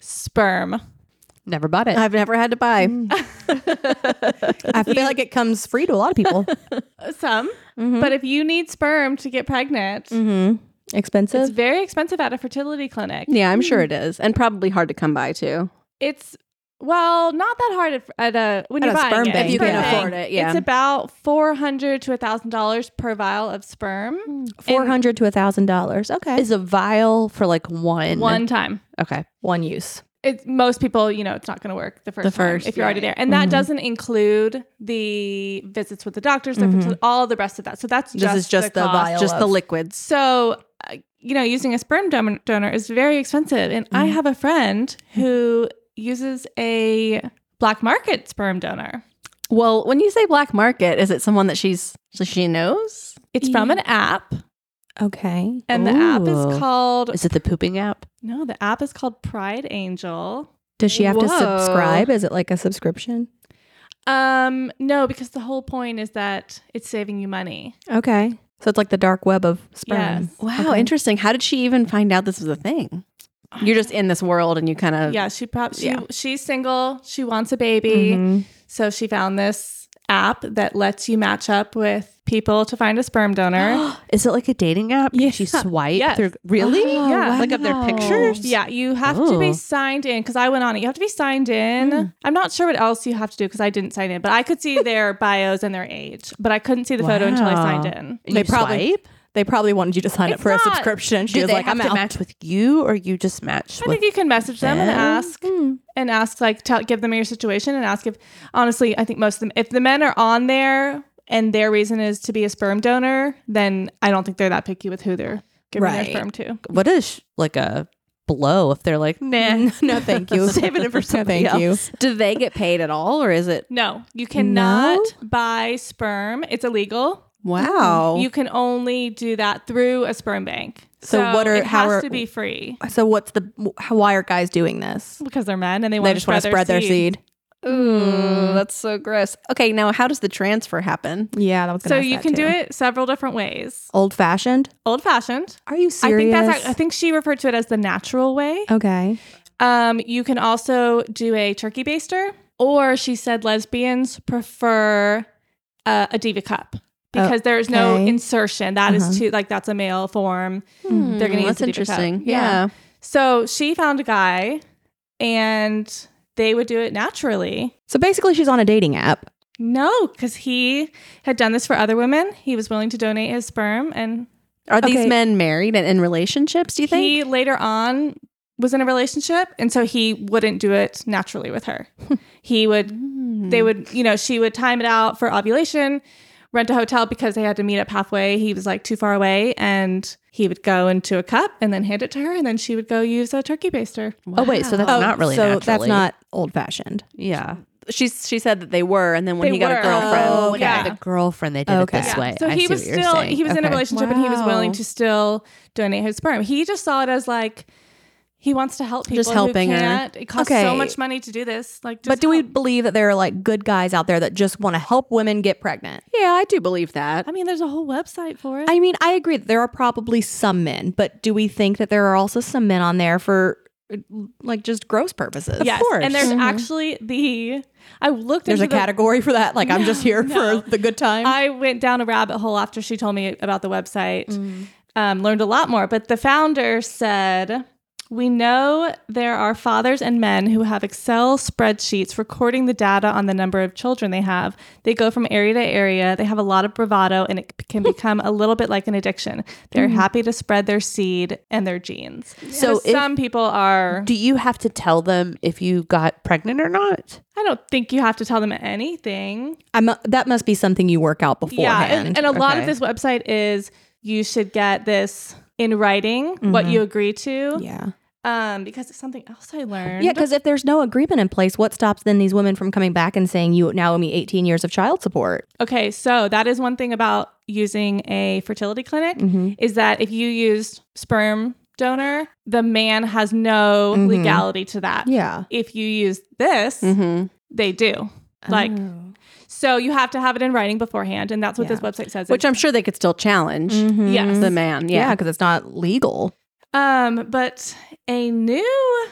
[SPEAKER 2] Sperm. *laughs*
[SPEAKER 3] never bought it.
[SPEAKER 1] I've never had to buy.
[SPEAKER 5] Mm-hmm. I feel like it comes free to a lot of people.
[SPEAKER 2] Some. But if you need sperm to get pregnant,
[SPEAKER 5] mm-hmm. expensive.
[SPEAKER 2] it's very expensive at a fertility clinic.
[SPEAKER 1] Yeah, I'm sure it is, and probably hard to come by too.
[SPEAKER 2] It's well, not that hard at, at a when
[SPEAKER 5] At
[SPEAKER 2] you're
[SPEAKER 5] a
[SPEAKER 2] buying
[SPEAKER 5] sperm
[SPEAKER 2] it.
[SPEAKER 5] bank,
[SPEAKER 1] If you
[SPEAKER 5] yeah.
[SPEAKER 1] can
[SPEAKER 5] Sperm
[SPEAKER 1] afford it, yeah.
[SPEAKER 2] It's about four hundred to thousand dollars per vial of sperm,
[SPEAKER 5] Four hundred to a thousand dollars. Okay,
[SPEAKER 3] Is a vial for like one.
[SPEAKER 2] one time.
[SPEAKER 3] Okay.
[SPEAKER 5] one use.
[SPEAKER 2] It's most people, you know, it's not going to work the first,
[SPEAKER 3] The
[SPEAKER 2] time
[SPEAKER 3] first,
[SPEAKER 2] if you're already there, and that doesn't include the visits with the doctors, the fertil- all the rest of that. So that's
[SPEAKER 5] This
[SPEAKER 2] just
[SPEAKER 5] is just the
[SPEAKER 2] cost.
[SPEAKER 5] vial.
[SPEAKER 1] Just the
[SPEAKER 5] of-
[SPEAKER 1] liquids.
[SPEAKER 2] So, uh, you know, using a sperm don- donor is very expensive. And I have a friend who uses a black market sperm donor.
[SPEAKER 1] Well, when you say black market, is it someone that she's so she knows?
[SPEAKER 2] It's from an app,
[SPEAKER 5] Okay,
[SPEAKER 2] and the app
[SPEAKER 3] Ooh.
[SPEAKER 2] is called
[SPEAKER 3] Is it the pooping app?
[SPEAKER 2] no, the app is called Pride Angel.
[SPEAKER 5] does she have to
[SPEAKER 1] Whoa.
[SPEAKER 5] subscribe? Is it like a subscription?
[SPEAKER 2] Um, no, because the whole point is that it's saving you money.
[SPEAKER 5] Okay, so it's like the dark web of sperm.
[SPEAKER 2] Yes.
[SPEAKER 1] Wow, interesting. How did she even find out this was a thing? You're just in this world, and you kind of
[SPEAKER 2] Yeah, she probably she,
[SPEAKER 1] Yeah.
[SPEAKER 2] she's single. She wants a baby,
[SPEAKER 5] Mhm.
[SPEAKER 2] so she found this app that lets you match up with people to find a sperm donor.
[SPEAKER 3] Is it like a dating app? Yes. You swipe
[SPEAKER 2] Yes.
[SPEAKER 3] through. Really?
[SPEAKER 2] Oh, Yeah.
[SPEAKER 3] Like up their
[SPEAKER 1] wow.
[SPEAKER 3] pictures?
[SPEAKER 2] Yeah, you have to
[SPEAKER 3] Ooh.
[SPEAKER 2] be signed in because I went on it. You have to be signed in. I'm not sure what else you have to do because I didn't sign in, but I could see their bios and their age, but I couldn't see the photo until I signed
[SPEAKER 3] Wow.
[SPEAKER 2] in.
[SPEAKER 3] And
[SPEAKER 5] They
[SPEAKER 3] you
[SPEAKER 5] probably-
[SPEAKER 3] swipe?
[SPEAKER 5] They probably wanted you to sign up
[SPEAKER 2] It's
[SPEAKER 5] for a
[SPEAKER 2] not-
[SPEAKER 5] subscription. She
[SPEAKER 3] Do
[SPEAKER 5] was
[SPEAKER 3] they
[SPEAKER 5] like,
[SPEAKER 3] have
[SPEAKER 5] "I'm
[SPEAKER 3] to
[SPEAKER 5] out."
[SPEAKER 3] match with you, or you just match
[SPEAKER 2] I
[SPEAKER 3] with?
[SPEAKER 2] think you can message them and
[SPEAKER 3] them?
[SPEAKER 2] ask
[SPEAKER 5] hmm.
[SPEAKER 2] and ask like tell, give them your situation and ask if honestly I think most of them if the men are on there and their reason is to be a sperm donor, then I don't think they're that picky with who they're giving
[SPEAKER 5] Right.
[SPEAKER 2] their sperm to.
[SPEAKER 3] what is sh- like a blow if they're like, nah,
[SPEAKER 5] *laughs* no,
[SPEAKER 3] *laughs*
[SPEAKER 5] thank you.
[SPEAKER 3] Saving it for
[SPEAKER 5] No,
[SPEAKER 3] somebody
[SPEAKER 5] thank you.
[SPEAKER 1] Do they get paid at all, or is it
[SPEAKER 2] No, you cannot buy sperm. It's illegal.
[SPEAKER 1] wow?
[SPEAKER 5] Oh. mm-hmm,
[SPEAKER 2] You can only do that through a sperm bank.
[SPEAKER 5] So what are-
[SPEAKER 2] it
[SPEAKER 5] how
[SPEAKER 2] has
[SPEAKER 5] are-
[SPEAKER 2] to be free
[SPEAKER 5] So what's the why are guys doing this?
[SPEAKER 2] because they're men and they,
[SPEAKER 5] They
[SPEAKER 2] want
[SPEAKER 5] just want to spread their seed.
[SPEAKER 1] Ooh, Mm, that's so gross. Okay, now how does the transfer happen?
[SPEAKER 5] Yeah, that was
[SPEAKER 2] So you can do it several different ways.
[SPEAKER 5] Old fashioned.
[SPEAKER 2] Old fashioned.
[SPEAKER 5] Are you
[SPEAKER 2] I
[SPEAKER 5] serious?
[SPEAKER 2] think that's. I think she referred to it as the natural way.
[SPEAKER 5] okay.
[SPEAKER 2] Um, you can also do a turkey baster, or she said lesbians prefer uh, a diva cup because there is no
[SPEAKER 5] Okay.
[SPEAKER 2] insertion. That is
[SPEAKER 5] Uh-huh.
[SPEAKER 2] too like that's a male form. They're gonna
[SPEAKER 1] Hmm,
[SPEAKER 2] use
[SPEAKER 1] that's
[SPEAKER 2] the deeper cut.
[SPEAKER 1] interesting.
[SPEAKER 2] Yeah.
[SPEAKER 1] Yeah.
[SPEAKER 2] So she found a guy, and they would do it naturally.
[SPEAKER 5] So basically, she's on a dating app.
[SPEAKER 2] No, because he had done this for other women. He was willing to donate his sperm, and
[SPEAKER 1] Are these
[SPEAKER 5] Okay.
[SPEAKER 1] men married and in relationships? Do you think?
[SPEAKER 2] he later on was in a relationship, and so he wouldn't do it naturally with her. he would, they would, you know, she would time it out for ovulation, rent a hotel because they had to meet up halfway. He was like too far away, and he would go into a cup and then hand it to her, and then she would go use a turkey baster.
[SPEAKER 3] Oh wait, so that's not really
[SPEAKER 5] so
[SPEAKER 3] naturally.
[SPEAKER 5] that's not old fashioned.
[SPEAKER 3] Yeah,
[SPEAKER 1] she's she said that they were, and then when
[SPEAKER 2] They
[SPEAKER 1] he got
[SPEAKER 2] were.
[SPEAKER 1] a girlfriend,
[SPEAKER 2] Oh,
[SPEAKER 3] when
[SPEAKER 2] yeah.
[SPEAKER 3] I had a girlfriend, they did
[SPEAKER 5] Okay.
[SPEAKER 3] it this way.
[SPEAKER 2] So
[SPEAKER 3] I
[SPEAKER 2] he
[SPEAKER 3] see
[SPEAKER 2] was
[SPEAKER 3] what you're
[SPEAKER 2] still
[SPEAKER 3] saying.
[SPEAKER 2] he was in a
[SPEAKER 3] Okay.
[SPEAKER 2] relationship and he was willing
[SPEAKER 1] Wow.
[SPEAKER 2] to still donate his sperm. He just saw it as like he wants to help people.
[SPEAKER 1] Just helping
[SPEAKER 2] who
[SPEAKER 1] her.
[SPEAKER 2] can't. It costs so
[SPEAKER 5] Okay.
[SPEAKER 2] much money to do this. Like, just
[SPEAKER 5] but do we
[SPEAKER 2] help.
[SPEAKER 5] believe that there are like good guys out there that just want to help women get pregnant?
[SPEAKER 1] yeah, I do believe that.
[SPEAKER 2] I mean, there's a whole website for it.
[SPEAKER 5] I mean, I agree that there are probably some men, but do we think that there are also some men on there for like just gross purposes?
[SPEAKER 2] yes,
[SPEAKER 3] course. Mm-hmm.
[SPEAKER 2] and there's
[SPEAKER 1] Mhm.
[SPEAKER 2] actually the I looked
[SPEAKER 5] There's a
[SPEAKER 2] into the-
[SPEAKER 5] category for that. Like, I'm just here
[SPEAKER 2] no.
[SPEAKER 5] for the good time.
[SPEAKER 2] I went down a rabbit hole after she told me about the website,
[SPEAKER 3] Mm.
[SPEAKER 2] um, learned a lot more. But the founder said, We know there are fathers and men who have Excel spreadsheets recording the data on the number of children they have. They go from area to area. They have a lot of bravado and it
[SPEAKER 3] *laughs*
[SPEAKER 2] can become a little bit like an addiction. They're happy to spread their seed and their genes.
[SPEAKER 3] Mm-hmm. So
[SPEAKER 2] So
[SPEAKER 3] if-
[SPEAKER 2] some people are,
[SPEAKER 3] Do you have to tell them if you got pregnant or not?
[SPEAKER 2] I don't think you have to tell them anything.
[SPEAKER 5] I mu- that must be something you work out beforehand.
[SPEAKER 2] Yeah, and, and a lot of
[SPEAKER 3] Okay.
[SPEAKER 2] this website is you should get this in writing what you agree to.
[SPEAKER 5] Mm-hmm. yeah.
[SPEAKER 2] Um, because it's something else I learned.
[SPEAKER 5] Yeah, because if there's no agreement in place, what stops then these women from coming back and saying, you now owe me 18 years of child support?
[SPEAKER 2] okay, so that is one thing about using a fertility clinic
[SPEAKER 5] Mm.
[SPEAKER 2] is that if you used sperm donor, the man has no legality to that.
[SPEAKER 5] Mm-hmm. Yeah.
[SPEAKER 2] If you use this,
[SPEAKER 1] Mm-hmm.
[SPEAKER 2] they do. Like
[SPEAKER 5] Oh.
[SPEAKER 2] so you have to have it in writing beforehand, and that's what this
[SPEAKER 5] Yeah.
[SPEAKER 2] website says.
[SPEAKER 1] Which I'm sure they could still challenge
[SPEAKER 2] yes.
[SPEAKER 1] the man.
[SPEAKER 5] mm-hmm. Yeah,
[SPEAKER 1] Yeah,
[SPEAKER 5] because it's not legal.
[SPEAKER 2] Um, but a new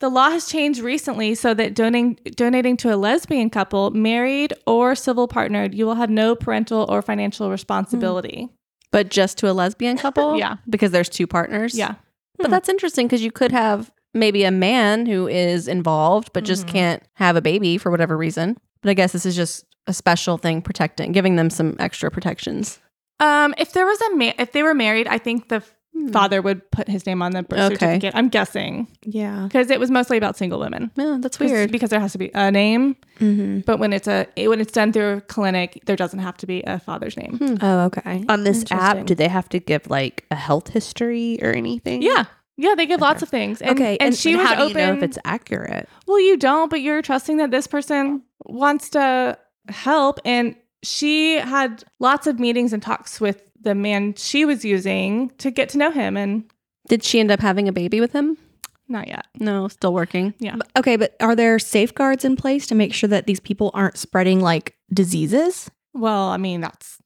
[SPEAKER 2] the law has changed recently so that donating donating to a lesbian couple, married or civil partnered, you will have no parental or financial responsibility.
[SPEAKER 1] but just to a *laughs* lesbian couple.
[SPEAKER 2] Yeah.
[SPEAKER 1] because there's two partners.
[SPEAKER 2] Yeah.
[SPEAKER 1] but that's interesting because you could have maybe a man who is involved but just can't have a baby for whatever reason. But I guess this is just a special thing protecting, giving them some extra protections.
[SPEAKER 2] Um, if there was a ma- if they were married, I think the
[SPEAKER 1] Hmm.
[SPEAKER 2] father would put his name on the birth
[SPEAKER 1] Okay.
[SPEAKER 2] certificate. I'm guessing
[SPEAKER 5] Yeah.
[SPEAKER 2] because it was mostly about single women.
[SPEAKER 1] Yeah, that's
[SPEAKER 2] 'Cause-
[SPEAKER 1] weird.
[SPEAKER 2] because there has to be a name,
[SPEAKER 5] Mm-hmm.
[SPEAKER 2] but when it's a when it's done through a clinic, there doesn't have to be a father's name.
[SPEAKER 5] Oh, okay.
[SPEAKER 3] On this app,
[SPEAKER 5] Interesting.
[SPEAKER 3] do they have to give like a health history or anything?
[SPEAKER 2] Yeah, yeah, they give lots of things. And,
[SPEAKER 5] Okay,
[SPEAKER 2] and,
[SPEAKER 5] and-
[SPEAKER 2] she
[SPEAKER 3] and
[SPEAKER 2] was
[SPEAKER 3] how
[SPEAKER 2] open.
[SPEAKER 3] do you know if it's accurate?
[SPEAKER 2] Well, you don't, but you're trusting that this person wants to help. And she had lots of meetings and talks with the man she was using to get to know him, and
[SPEAKER 1] Did she end up having a baby with him?
[SPEAKER 2] not yet.
[SPEAKER 1] No, still working.
[SPEAKER 5] Okay, but are there safeguards in place to make sure that these people aren't spreading like diseases?
[SPEAKER 2] Well, I mean, that's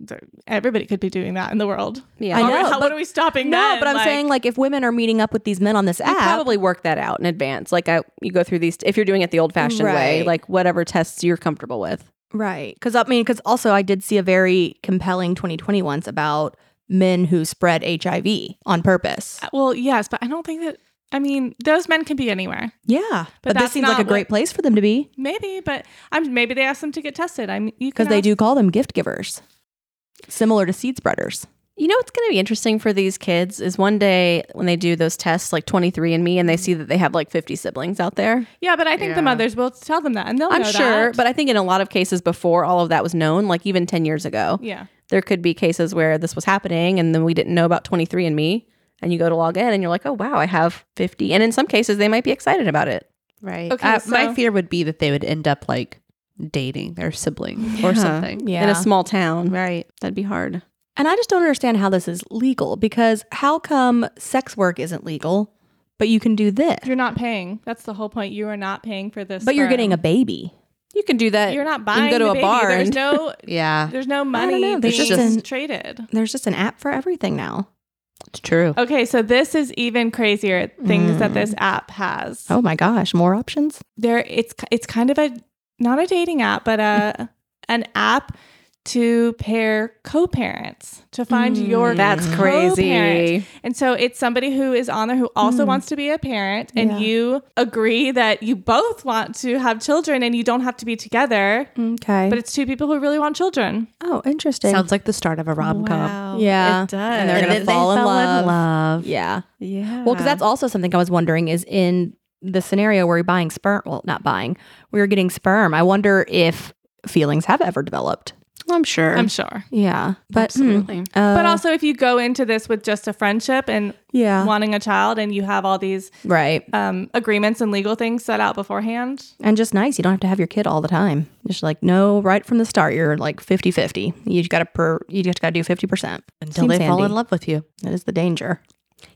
[SPEAKER 2] everybody could be doing that in the world.
[SPEAKER 1] Yeah.
[SPEAKER 5] I
[SPEAKER 2] How-
[SPEAKER 5] know,
[SPEAKER 2] how-
[SPEAKER 5] but-
[SPEAKER 2] what are we stopping?
[SPEAKER 5] No,
[SPEAKER 2] men?
[SPEAKER 5] but I'm
[SPEAKER 2] Like,
[SPEAKER 5] saying like if women are meeting up with these men on this
[SPEAKER 1] You
[SPEAKER 5] app,
[SPEAKER 1] probably work that out in advance. Like I, you go through these if you're doing it the old-fashioned way,
[SPEAKER 5] Right.
[SPEAKER 1] like whatever tests you're comfortable with.
[SPEAKER 5] Right. Because I mean, because also I did see a very compelling 2020 once about men who spread HIV on purpose.
[SPEAKER 2] uh, well, yes, but I don't think that. I mean, those men can be anywhere,
[SPEAKER 5] Yeah,
[SPEAKER 2] But
[SPEAKER 5] but,
[SPEAKER 2] that's
[SPEAKER 5] this seems like
[SPEAKER 2] not
[SPEAKER 5] a great
[SPEAKER 2] what-
[SPEAKER 5] place for them to be
[SPEAKER 2] maybe. But I'm maybe they ask them to get tested. I'm you can
[SPEAKER 5] because they
[SPEAKER 2] ask-
[SPEAKER 5] do call them gift givers, similar to seed spreaders.
[SPEAKER 1] You know what's going to be interesting for these kids is one day when they do those tests like 23 and me and they see that they have like 50 siblings out there.
[SPEAKER 2] Yeah, but I think the
[SPEAKER 3] Yeah.
[SPEAKER 2] mothers will tell them that, and they'll
[SPEAKER 1] I'm
[SPEAKER 2] know
[SPEAKER 1] sure,
[SPEAKER 2] that.
[SPEAKER 1] but I think in a lot of cases before all of that was known, like even 10 years ago,
[SPEAKER 2] yeah,
[SPEAKER 1] there could be cases where this was happening and then we didn't know about 23 and me and you go to log in and you're like, "Oh wow, I have 50." And in some cases they might be excited about it.
[SPEAKER 3] Right.
[SPEAKER 2] Okay,
[SPEAKER 3] Uh,
[SPEAKER 2] so-
[SPEAKER 3] My fear would be that they would end up like dating their sibling
[SPEAKER 1] Yeah.
[SPEAKER 3] or something.
[SPEAKER 5] Yeah.
[SPEAKER 1] In a small town,
[SPEAKER 3] Right.
[SPEAKER 1] that'd be hard.
[SPEAKER 5] And I just don't understand how this is legal because how come sex work isn't legal, but you can do this?
[SPEAKER 2] you're not paying. That's the whole point. You are not paying for this,
[SPEAKER 5] But you're getting a
[SPEAKER 2] sperm.
[SPEAKER 5] baby.
[SPEAKER 1] You can do that.
[SPEAKER 2] You're
[SPEAKER 1] can
[SPEAKER 2] not buying.
[SPEAKER 1] go to
[SPEAKER 2] the
[SPEAKER 1] a
[SPEAKER 2] baby.
[SPEAKER 1] bar
[SPEAKER 2] There's
[SPEAKER 1] and-
[SPEAKER 5] *laughs*
[SPEAKER 2] no.
[SPEAKER 3] Yeah.
[SPEAKER 2] There's no
[SPEAKER 5] I
[SPEAKER 2] money
[SPEAKER 5] don't know.
[SPEAKER 2] being
[SPEAKER 5] There's just an-
[SPEAKER 2] traded.
[SPEAKER 5] There's just an app for everything now.
[SPEAKER 3] It's
[SPEAKER 5] Oh.
[SPEAKER 3] true.
[SPEAKER 2] Okay, so this is even crazier things
[SPEAKER 5] Mm.
[SPEAKER 2] that this app has.
[SPEAKER 5] Oh my gosh, more options?
[SPEAKER 2] There, it's it's kind of a not a dating app, but a an app to pair co-parents to find your
[SPEAKER 1] That's
[SPEAKER 2] co-parent.
[SPEAKER 1] crazy.
[SPEAKER 2] And so it's somebody who is on there who also wants to be a parent, and
[SPEAKER 5] Yeah.
[SPEAKER 2] you agree that you both want to have children, and you don't have to be together.
[SPEAKER 5] Okay.
[SPEAKER 2] But it's two people who really want children.
[SPEAKER 5] oh, interesting.
[SPEAKER 3] Sounds like the start of a rom com.
[SPEAKER 5] yeah.
[SPEAKER 1] It does.
[SPEAKER 5] And they're
[SPEAKER 1] And
[SPEAKER 5] going
[SPEAKER 1] then
[SPEAKER 5] to
[SPEAKER 1] they
[SPEAKER 5] fall in
[SPEAKER 3] fell
[SPEAKER 5] love.
[SPEAKER 3] in love.
[SPEAKER 5] Yeah.
[SPEAKER 1] Yeah.
[SPEAKER 5] Well, because that's also something I was wondering is in the scenario where you're buying sperm, well, not buying, we were getting sperm. I wonder if feelings have ever developed.
[SPEAKER 1] I'm sure.
[SPEAKER 2] I'm sure.
[SPEAKER 5] Yeah. But hmm,
[SPEAKER 1] Absolutely.
[SPEAKER 5] uh,
[SPEAKER 2] But also, if you go into this with just a friendship and
[SPEAKER 5] yeah.
[SPEAKER 2] wanting a child and you have all these
[SPEAKER 5] Right.
[SPEAKER 2] um, agreements and legal things set out beforehand,
[SPEAKER 5] And just nice. You don't have to have your kid all the time. Just like, no, right from the start, you're like 50 50. You got to per, you just got to do 50%.
[SPEAKER 3] until they fall in love with you.
[SPEAKER 5] That is the danger.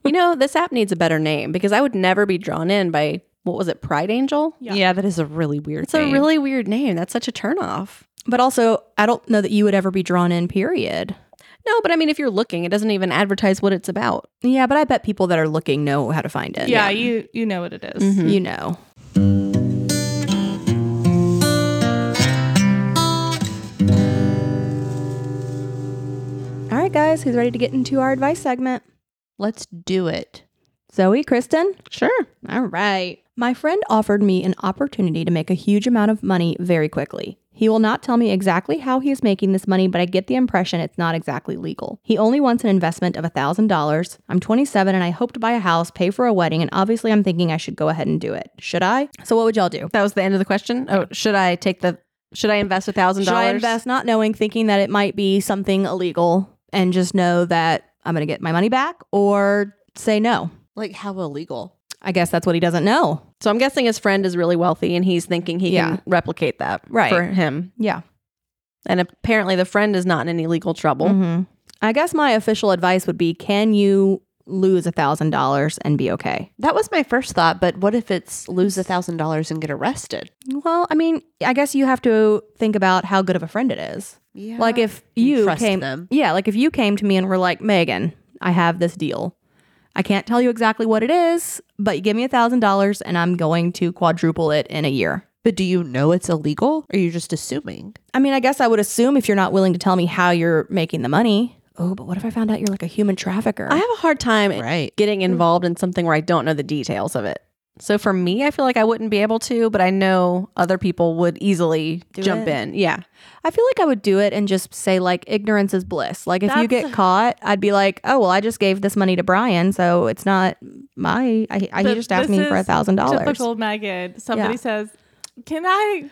[SPEAKER 1] you know, this app needs a better name because I would never be drawn in by what was it, Pride Angel?
[SPEAKER 2] Yeah.
[SPEAKER 3] Yeah, that is a really weird.
[SPEAKER 1] It's a
[SPEAKER 3] name.
[SPEAKER 1] really weird name. That's such a turnoff.
[SPEAKER 5] But also, I don't know that you would ever be drawn in, period.
[SPEAKER 1] No, but I mean, if you're looking, it doesn't even advertise what it's about.
[SPEAKER 5] Yeah, but I bet people that are looking know how to find it.
[SPEAKER 2] yeah, you you know what it is.
[SPEAKER 5] You know. All right, guys, who's ready to get into our advice segment?
[SPEAKER 3] Let's do it.
[SPEAKER 5] Zoe, Kristen?
[SPEAKER 1] Sure.
[SPEAKER 5] All right. My friend offered me an opportunity to make a huge amount of money very quickly. He will not tell me exactly how he is making this money, but I get the impression it's not exactly legal. He only wants an investment of $1,000. I'm 27 and I hope to buy a house, pay for a wedding, and obviously I'm thinking I should go ahead and do it. Should I? So, what would y'all do?
[SPEAKER 1] That was the end of the question. Oh, should I take the? Should I invest a thousand
[SPEAKER 5] Should I
[SPEAKER 1] dollars?
[SPEAKER 5] invest not knowing, thinking that it might be something illegal, and just know that I'm going to get my money back, or say no?
[SPEAKER 3] Like how illegal?
[SPEAKER 5] I guess that's what he doesn't know.
[SPEAKER 1] So I'm guessing his friend is really wealthy, and he's thinking he
[SPEAKER 5] Yeah.
[SPEAKER 1] can replicate that
[SPEAKER 5] Right.
[SPEAKER 1] for him.
[SPEAKER 5] Yeah.
[SPEAKER 1] And apparently, the friend is not in any legal
[SPEAKER 3] Mm-hmm.
[SPEAKER 1] trouble.
[SPEAKER 5] Mhm. I guess my official advice would be: Can you lose a thousand dollars and be okay?
[SPEAKER 3] That was my first thought. But what if it's lose a thousand dollars and get arrested?
[SPEAKER 5] Well, I mean, I guess you have to think about how good of a friend it is.
[SPEAKER 3] Yeah,
[SPEAKER 5] Like if you
[SPEAKER 3] trust
[SPEAKER 5] came,
[SPEAKER 3] them.
[SPEAKER 5] yeah, like if you came to me and were like, Megan, I have this deal. I can't tell you exactly what it is, but you give me a thousand dollars and I'm going to quadruple it in a year.
[SPEAKER 3] But do you know it's illegal? Or are you just assuming?
[SPEAKER 5] I mean, I guess I would assume if you're not willing to tell me how you're making the money. Oh, but what if I found out you're like a human trafficker?
[SPEAKER 1] I have a hard time
[SPEAKER 3] Right. Mm-hmm.
[SPEAKER 1] getting involved in something where I don't know the details of it. So for me, I feel like I wouldn't be able to, but I know other people would easily jump
[SPEAKER 5] it.
[SPEAKER 1] in. Yeah.
[SPEAKER 5] I feel like I would do it and just say like ignorance is bliss. Like if you get caught, I'd be like, oh well, I just gave this money to Brian, so it's not my. I, I he
[SPEAKER 2] But
[SPEAKER 5] just asked
[SPEAKER 2] this
[SPEAKER 5] me for a
[SPEAKER 2] is
[SPEAKER 5] thousand dollars.
[SPEAKER 2] Typical Megan. Somebody
[SPEAKER 5] Yeah.
[SPEAKER 2] says, "Can I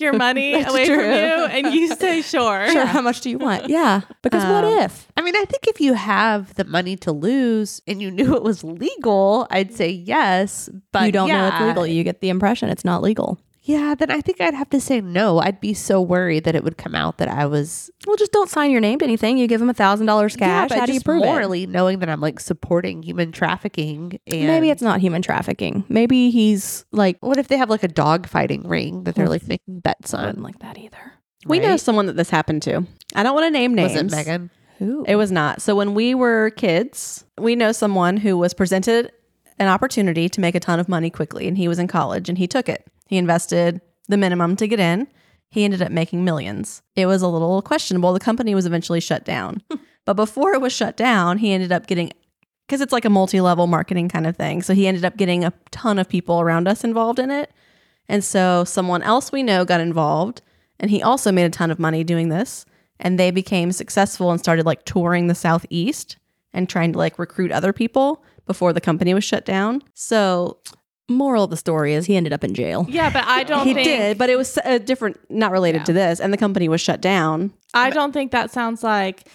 [SPEAKER 5] *laughs*
[SPEAKER 2] your money away from you?" And you say, "Sure."
[SPEAKER 5] Sure, *laughs* how much do you want? Yeah, because what if?
[SPEAKER 3] I mean, I think if you have the money to lose and you *laughs* knew it was legal, I'd say yes. But
[SPEAKER 5] you don't know it's
[SPEAKER 3] yeah.
[SPEAKER 5] legal. You get the impression it's not legal.
[SPEAKER 3] Yeah, then I think I'd have to say no. I'd be so worried that it would come out that I was
[SPEAKER 5] Well, just don't sign your name to anything. You give him a thousand dollars
[SPEAKER 3] yeah,
[SPEAKER 5] cash.
[SPEAKER 3] but
[SPEAKER 5] how do you
[SPEAKER 3] just
[SPEAKER 5] prove it?
[SPEAKER 3] morally knowing that I'm like supporting human trafficking and
[SPEAKER 5] Maybe it's not human trafficking. Maybe he's like
[SPEAKER 3] what if they have like a dog fighting ring that they're like making bets
[SPEAKER 5] I
[SPEAKER 3] on?
[SPEAKER 5] wouldn't like that either.
[SPEAKER 1] We know
[SPEAKER 3] Right.
[SPEAKER 1] someone that this happened to. I don't want to name names.
[SPEAKER 3] Was it Megan?
[SPEAKER 5] Who?
[SPEAKER 1] It was not. So when we were kids, we know someone who was presented an opportunity to make a ton of money quickly, and he was in college and he took it. He invested the minimum to get in. He ended up making millions. It was a little questionable. The company was eventually shut down. but before it was shut down, he ended up getting because it's like a multi-level marketing kind of thing. So he ended up getting a ton of people around us involved in it. And so someone else we know got involved and he also made a ton of money doing this and they became successful and started like touring the southeast and trying to like recruit other people before the company was shut down. So
[SPEAKER 5] Moral of the story is he ended up in jail.
[SPEAKER 2] Yeah, but I don't.
[SPEAKER 1] he
[SPEAKER 2] think,
[SPEAKER 1] did, but it was a different not related to this and the company was shut down.
[SPEAKER 2] I don't think that sounds like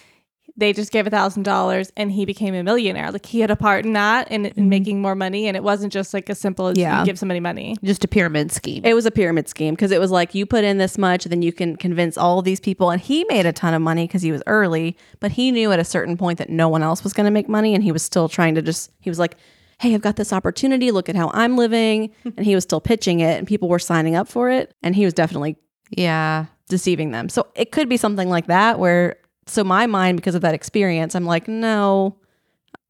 [SPEAKER 2] they just gave a thousand dollars and he became a millionaire. Like he had a part in that and in making more money, and it wasn't just like as simple as
[SPEAKER 5] Mm-hmm. Yeah.
[SPEAKER 2] you give somebody money.
[SPEAKER 3] Just a pyramid scheme.
[SPEAKER 1] It was a pyramid scheme because it was like you put in this much, then you can convince all of these people. And he made a ton of money because he was early, but he knew at a certain point that no one else was going to make money. And he was still trying to just, he was like, hey, I've got this opportunity. Look at how I'm
[SPEAKER 5] *laughs*
[SPEAKER 1] living. and he was still pitching it, and people were signing up for it. And he was definitely
[SPEAKER 3] yeah.
[SPEAKER 1] deceiving them. So it could be something like that where, so my mind, because of that experience, I'm like, no,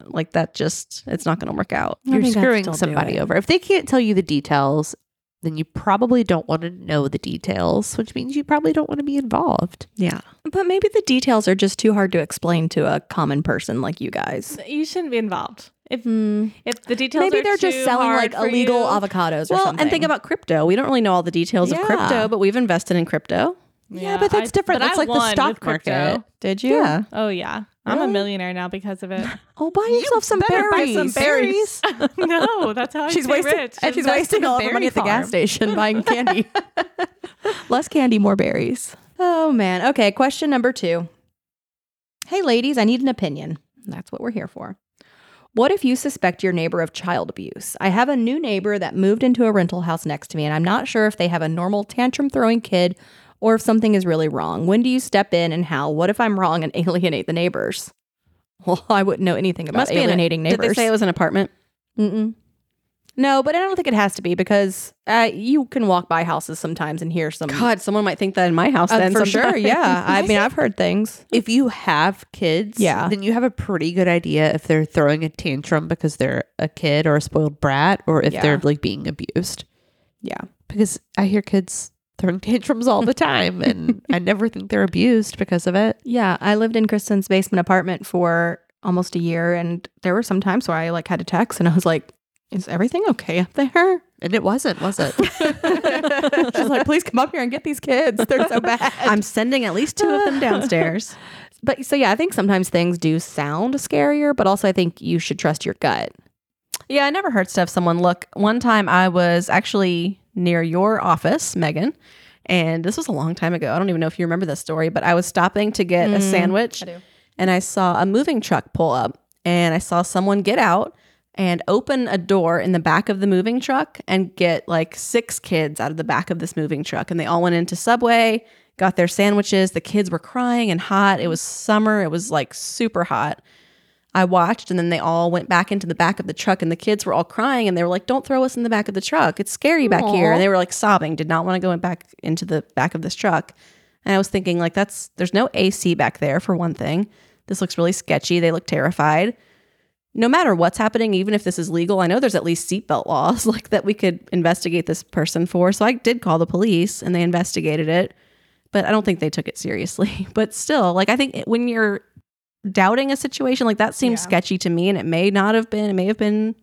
[SPEAKER 1] like that just, it's not going to work out.
[SPEAKER 5] I
[SPEAKER 3] You're
[SPEAKER 5] think I'd
[SPEAKER 3] screwing
[SPEAKER 5] still do
[SPEAKER 3] somebody
[SPEAKER 5] it.
[SPEAKER 3] over. If they can't tell you the details, then you probably don't want to know the details, which means you probably don't want to be involved.
[SPEAKER 1] Yeah.
[SPEAKER 5] But maybe the details are just too hard to explain to a common person like you guys.
[SPEAKER 2] You shouldn't be involved if if the details.
[SPEAKER 5] Hmm. Maybe
[SPEAKER 2] are
[SPEAKER 5] they're just
[SPEAKER 2] too
[SPEAKER 5] selling
[SPEAKER 2] hard
[SPEAKER 5] like
[SPEAKER 2] for
[SPEAKER 5] illegal
[SPEAKER 2] you.
[SPEAKER 5] avocados or
[SPEAKER 1] Well,
[SPEAKER 5] something.
[SPEAKER 1] and think about crypto. We don't really know all the details
[SPEAKER 5] Yeah.
[SPEAKER 1] of crypto, but we've invested in crypto.
[SPEAKER 3] Yeah, but that's different.
[SPEAKER 2] but
[SPEAKER 3] That's
[SPEAKER 2] I
[SPEAKER 3] like the
[SPEAKER 2] won with
[SPEAKER 3] stock
[SPEAKER 2] crypto.
[SPEAKER 3] market.
[SPEAKER 1] Did you? Yeah.
[SPEAKER 2] Oh yeah, I'm a millionaire now
[SPEAKER 5] *laughs*
[SPEAKER 2] because of it.
[SPEAKER 5] oh, buy yourself some
[SPEAKER 2] better buy
[SPEAKER 5] berries.
[SPEAKER 2] some berries. *laughs* no, that's how I
[SPEAKER 5] She's
[SPEAKER 2] stay
[SPEAKER 5] wasting.
[SPEAKER 2] rich.
[SPEAKER 5] and she's
[SPEAKER 2] Invest in
[SPEAKER 5] wasting
[SPEAKER 2] a
[SPEAKER 5] all of her
[SPEAKER 2] berry
[SPEAKER 5] *laughs* money at the
[SPEAKER 2] farm.
[SPEAKER 5] gas station buying candy. Less candy, more berries. Oh man. Okay, question number 2. Hey ladies, I need an opinion. That's what we're here for. What if you suspect your neighbor of child abuse? I have a new neighbor that moved into a rental house next to me and I'm not sure if they have a normal tantrum throwing kid or if something is really wrong. When do you step in and how? What if I'm wrong and *laughs* alienate the neighbors? *laughs* Well, I wouldn't know anything about
[SPEAKER 1] an-
[SPEAKER 5] alienating neighbors.
[SPEAKER 1] Did they say it was an apartment?
[SPEAKER 5] Mm-mm. No, but I don't think it has to be because uh, you can walk by houses sometimes and hear some. *laughs*
[SPEAKER 1] God, someone might think that in my house.
[SPEAKER 5] Uh,
[SPEAKER 1] then
[SPEAKER 5] for sure,
[SPEAKER 1] sometime.
[SPEAKER 5] *laughs* yeah. I mean, I've heard things.
[SPEAKER 3] if you have kids,
[SPEAKER 5] Yeah.
[SPEAKER 3] then you have a pretty good idea if they're throwing a tantrum because they're a kid or a spoiled brat or if
[SPEAKER 5] Yeah.
[SPEAKER 3] they're like being abused.
[SPEAKER 5] Yeah.
[SPEAKER 3] Because I hear kids throwing *laughs* tantrums all the time and I never think they're abused because of it.
[SPEAKER 5] Yeah, I lived in Kristen's basement apartment for almost a year, and there were some times where I like had a text, and I was like, "Is everything okay up there?" *laughs*
[SPEAKER 3] And it wasn't, was it?
[SPEAKER 5] She's like, "Please come up here and get these kids. They're so bad."
[SPEAKER 1] I'm sending at least two of *laughs* them downstairs.
[SPEAKER 5] *laughs* but so yeah, I think sometimes things do sound scarier, but also I think you should trust your gut.
[SPEAKER 1] Yeah, I never heard stuff. Someone look. One time I was actually near your office, Megan, and this was a long time ago. I don't even know if you remember this story, but I was stopping to get a sandwich, and I saw a moving truck pull up, and I saw someone get out and open a door in the back of the moving truck and get like six kids out of the back of this moving truck, and they all went into Subway. Got their sandwiches. The kids were crying and hot. It was summer. It was like super hot. I watched, and then they all went back into the back of the truck, and the kids were all crying, and they were like, "Don't throw us in the back of the truck. It's scary back here." And they were like sobbing, did not want to go in back into the back of this truck. And I was thinking, like, that's there's no AC back there for one thing. This looks really sketchy. They look terrified. No matter what's happening, even if this is legal, I know there's at least seatbelt laws *laughs* like that we could investigate this person for. So I did call the police, and they investigated it, but I don't think they took it seriously. *laughs* But still, like, I think it- when you're doubting a situation like that seems sketchy to me and it may not have been it may have been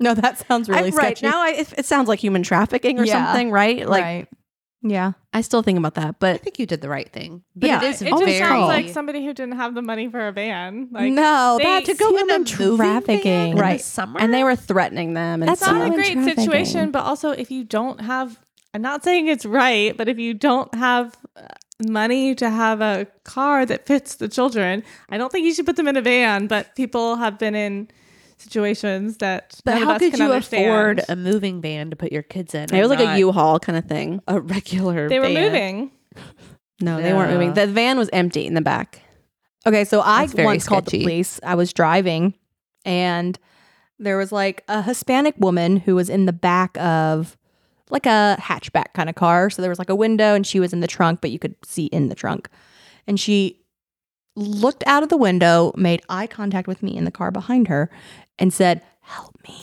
[SPEAKER 5] No, that sounds really
[SPEAKER 1] I- right
[SPEAKER 5] sketchy.
[SPEAKER 1] now I, it, it sounds like human trafficking or
[SPEAKER 5] Yeah.
[SPEAKER 1] something right like
[SPEAKER 5] right. Yeah.
[SPEAKER 1] i still think about that
[SPEAKER 3] I
[SPEAKER 1] but
[SPEAKER 3] think you did the right thing. But
[SPEAKER 1] Yeah,
[SPEAKER 3] it is
[SPEAKER 2] It just
[SPEAKER 3] very
[SPEAKER 2] sounds like somebody who didn't have the money for a van. Like
[SPEAKER 5] no,
[SPEAKER 2] they-
[SPEAKER 5] that's
[SPEAKER 2] to
[SPEAKER 3] go in
[SPEAKER 5] human
[SPEAKER 3] a moving van
[SPEAKER 5] trafficking.
[SPEAKER 3] in the
[SPEAKER 1] Right.
[SPEAKER 3] summer?
[SPEAKER 1] and they were threatening them and
[SPEAKER 5] That's
[SPEAKER 2] it's not a
[SPEAKER 5] Human
[SPEAKER 2] great situation,
[SPEAKER 5] trafficking.
[SPEAKER 2] but also if you don't have, I'm not saying it's right, but if you don't have uh, money to have a car that fits the children, I don't think you should put them in a van. But people have been in situations that
[SPEAKER 3] But
[SPEAKER 2] none of
[SPEAKER 3] how
[SPEAKER 2] us
[SPEAKER 3] could
[SPEAKER 2] can
[SPEAKER 3] you
[SPEAKER 2] understand.
[SPEAKER 3] afford a moving van to put your kids in?
[SPEAKER 1] it was
[SPEAKER 3] and
[SPEAKER 1] like a
[SPEAKER 3] not
[SPEAKER 1] u-haul kind of thing
[SPEAKER 3] a regular
[SPEAKER 2] They were
[SPEAKER 3] van?
[SPEAKER 2] moving.
[SPEAKER 1] no they weren't moving the
[SPEAKER 3] Yeah.
[SPEAKER 1] van was empty in the back
[SPEAKER 5] Okay, so I
[SPEAKER 3] That's very
[SPEAKER 5] once called the
[SPEAKER 3] sketchy.
[SPEAKER 5] police. I was driving and there was like a Hispanic woman who was in the back of like a hatchback kind of car. So there was like a window and she was in the trunk, but you could see in the trunk. And she looked out of the window, made eye contact with me in the car behind her, and said, Help me.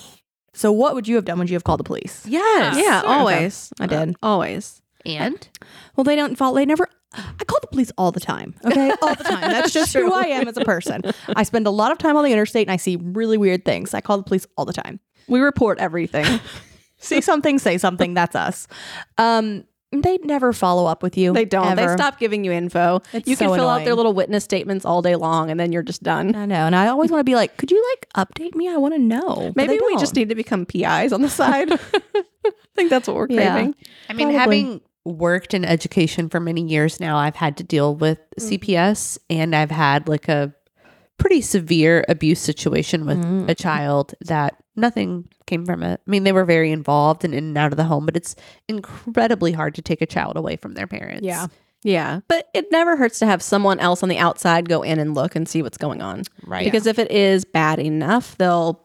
[SPEAKER 5] So what would you have done? Would you have called the police?
[SPEAKER 1] yes yeah
[SPEAKER 2] Sure.
[SPEAKER 1] always Uh,
[SPEAKER 5] I did.
[SPEAKER 1] always
[SPEAKER 3] And
[SPEAKER 5] Well, they don't follow. They never. I call the police all the time. Okay, all the time. That's just who I am as a person. I spend a lot of time on the interstate and I see really weird things. I call the police all the time.
[SPEAKER 1] we report
[SPEAKER 2] *laughs*
[SPEAKER 1] everything
[SPEAKER 5] See something, say something. That's us. Um, they never follow up with you.
[SPEAKER 1] they don't they
[SPEAKER 5] ever.
[SPEAKER 1] stop giving you info
[SPEAKER 5] It's
[SPEAKER 1] you can
[SPEAKER 5] so
[SPEAKER 1] fill out their
[SPEAKER 5] annoying.
[SPEAKER 1] little witness statements all day long and then you're just done
[SPEAKER 5] I know, and I always want to be like, could you like update me? I want to know. But
[SPEAKER 1] maybe
[SPEAKER 5] they
[SPEAKER 1] we just
[SPEAKER 5] don't.
[SPEAKER 1] need to become pis on the *laughs* side i think that's what we're
[SPEAKER 5] Yeah.
[SPEAKER 1] craving
[SPEAKER 3] I
[SPEAKER 5] Probably.
[SPEAKER 3] mean, having worked in education for many years now, I've had to deal with
[SPEAKER 2] Mm-hmm.
[SPEAKER 3] CPS and I've had like a pretty severe abuse situation with
[SPEAKER 2] Mm.
[SPEAKER 3] a child that nothing came from it. I mean, they were very involved and in and out of the home, but it's incredibly hard to take a child away from their parents.
[SPEAKER 5] Yeah.
[SPEAKER 1] Yeah, but it never hurts to have someone else on the outside go in and look and see what's going on.
[SPEAKER 3] Right.
[SPEAKER 1] Because if it is bad enough, they'll,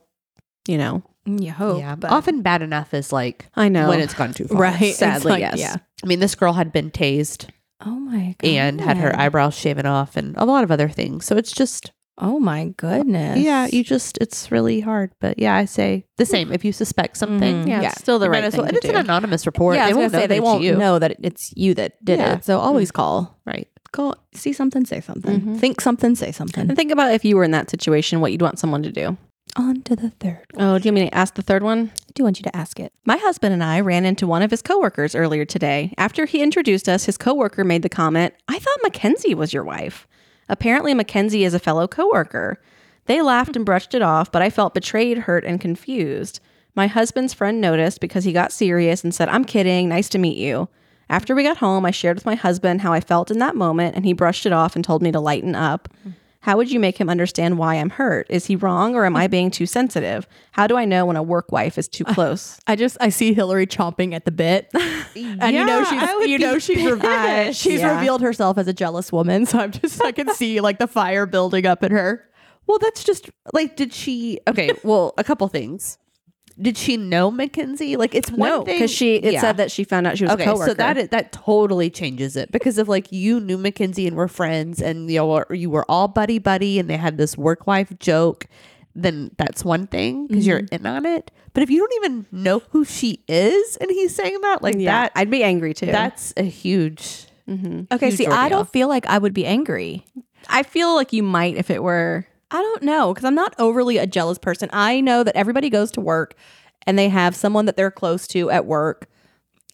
[SPEAKER 1] you know,
[SPEAKER 5] Mm, You hope,
[SPEAKER 3] yeah.
[SPEAKER 5] but-
[SPEAKER 3] Often bad enough is like
[SPEAKER 1] I know.
[SPEAKER 3] when it's gone too far.
[SPEAKER 5] right. It's
[SPEAKER 1] sadly,
[SPEAKER 5] like,
[SPEAKER 1] yes.
[SPEAKER 5] Yeah.
[SPEAKER 3] I mean, this girl had been tased
[SPEAKER 5] Oh my god.
[SPEAKER 3] and had her eyebrows shaven off and a lot of other things. So it's just
[SPEAKER 5] Oh my goodness.
[SPEAKER 3] Yeah, you just it's really hard. But yeah, I say the same. If you suspect something,
[SPEAKER 5] Mhm.
[SPEAKER 1] yeah,
[SPEAKER 5] Yeah.
[SPEAKER 1] it's still the
[SPEAKER 3] you might
[SPEAKER 1] right
[SPEAKER 3] as
[SPEAKER 1] thing
[SPEAKER 3] well- and
[SPEAKER 1] to
[SPEAKER 3] it's
[SPEAKER 1] do.
[SPEAKER 3] an anonymous report.
[SPEAKER 5] Yeah, I
[SPEAKER 3] they
[SPEAKER 5] was gonna
[SPEAKER 3] won't know
[SPEAKER 5] say
[SPEAKER 3] that
[SPEAKER 5] they
[SPEAKER 3] it's
[SPEAKER 5] won't
[SPEAKER 3] you.
[SPEAKER 5] know that it's you that did
[SPEAKER 3] Yeah.
[SPEAKER 5] it. So always call.
[SPEAKER 3] Right.
[SPEAKER 5] Go see something, say something.
[SPEAKER 1] Mhm.
[SPEAKER 5] Think something, say something.
[SPEAKER 1] and think about if you were in that situation, what you'd want someone to do.
[SPEAKER 5] On to the third.
[SPEAKER 1] Oh, do you mean to ask the third one?
[SPEAKER 5] I do want you to ask it.
[SPEAKER 1] My husband and I ran into one of his coworkers earlier today. After he introduced us, his coworker made the comment, "I thought Mackenzie was your wife." Apparently, Mackenzie is a fellow coworker. They laughed and brushed it off, but I felt betrayed, hurt, and confused. My husband's friend noticed because he got serious and said, "I'm kidding. Nice to meet you." After we got home, I shared with my husband how I felt in that moment, and he brushed it off and told me to lighten up. How would you make him understand why I'm hurt? Is he wrong or am I being too sensitive? How do I know when a work wife is too close?
[SPEAKER 5] I just I see Hillary chomping at the bit, *laughs* and you know
[SPEAKER 2] Yeah, I
[SPEAKER 5] she's
[SPEAKER 2] would
[SPEAKER 5] you know
[SPEAKER 2] be
[SPEAKER 5] she's re- she's
[SPEAKER 1] Yeah.
[SPEAKER 5] revealed herself as a jealous woman. So I'm just I can see like the fire building up in her.
[SPEAKER 3] Well, that's just like, did she? Okay, well, a couple things. Did she know Mackenzie? Like, it's one
[SPEAKER 1] no,
[SPEAKER 3] thing
[SPEAKER 1] because she it
[SPEAKER 3] Yeah.
[SPEAKER 1] said that she found out she was
[SPEAKER 3] okay,
[SPEAKER 1] a coworker.
[SPEAKER 3] so that is, that totally changes it because if like you knew Mackenzie and were friends and you were, you were all buddy buddy and they had this work life joke, then that's one thing because you're in on it. But if you don't even know who she is and he's saying that like
[SPEAKER 1] yeah,
[SPEAKER 3] that,
[SPEAKER 1] I'd be angry too.
[SPEAKER 3] that's a huge.
[SPEAKER 5] Okay,
[SPEAKER 3] Huge
[SPEAKER 5] see, I
[SPEAKER 3] ordeal.
[SPEAKER 5] don't feel like I would be angry.
[SPEAKER 1] I feel like you might if it were
[SPEAKER 5] I don't know because I'm not overly a jealous person. I know that everybody goes to work and they have someone that they're close to at work,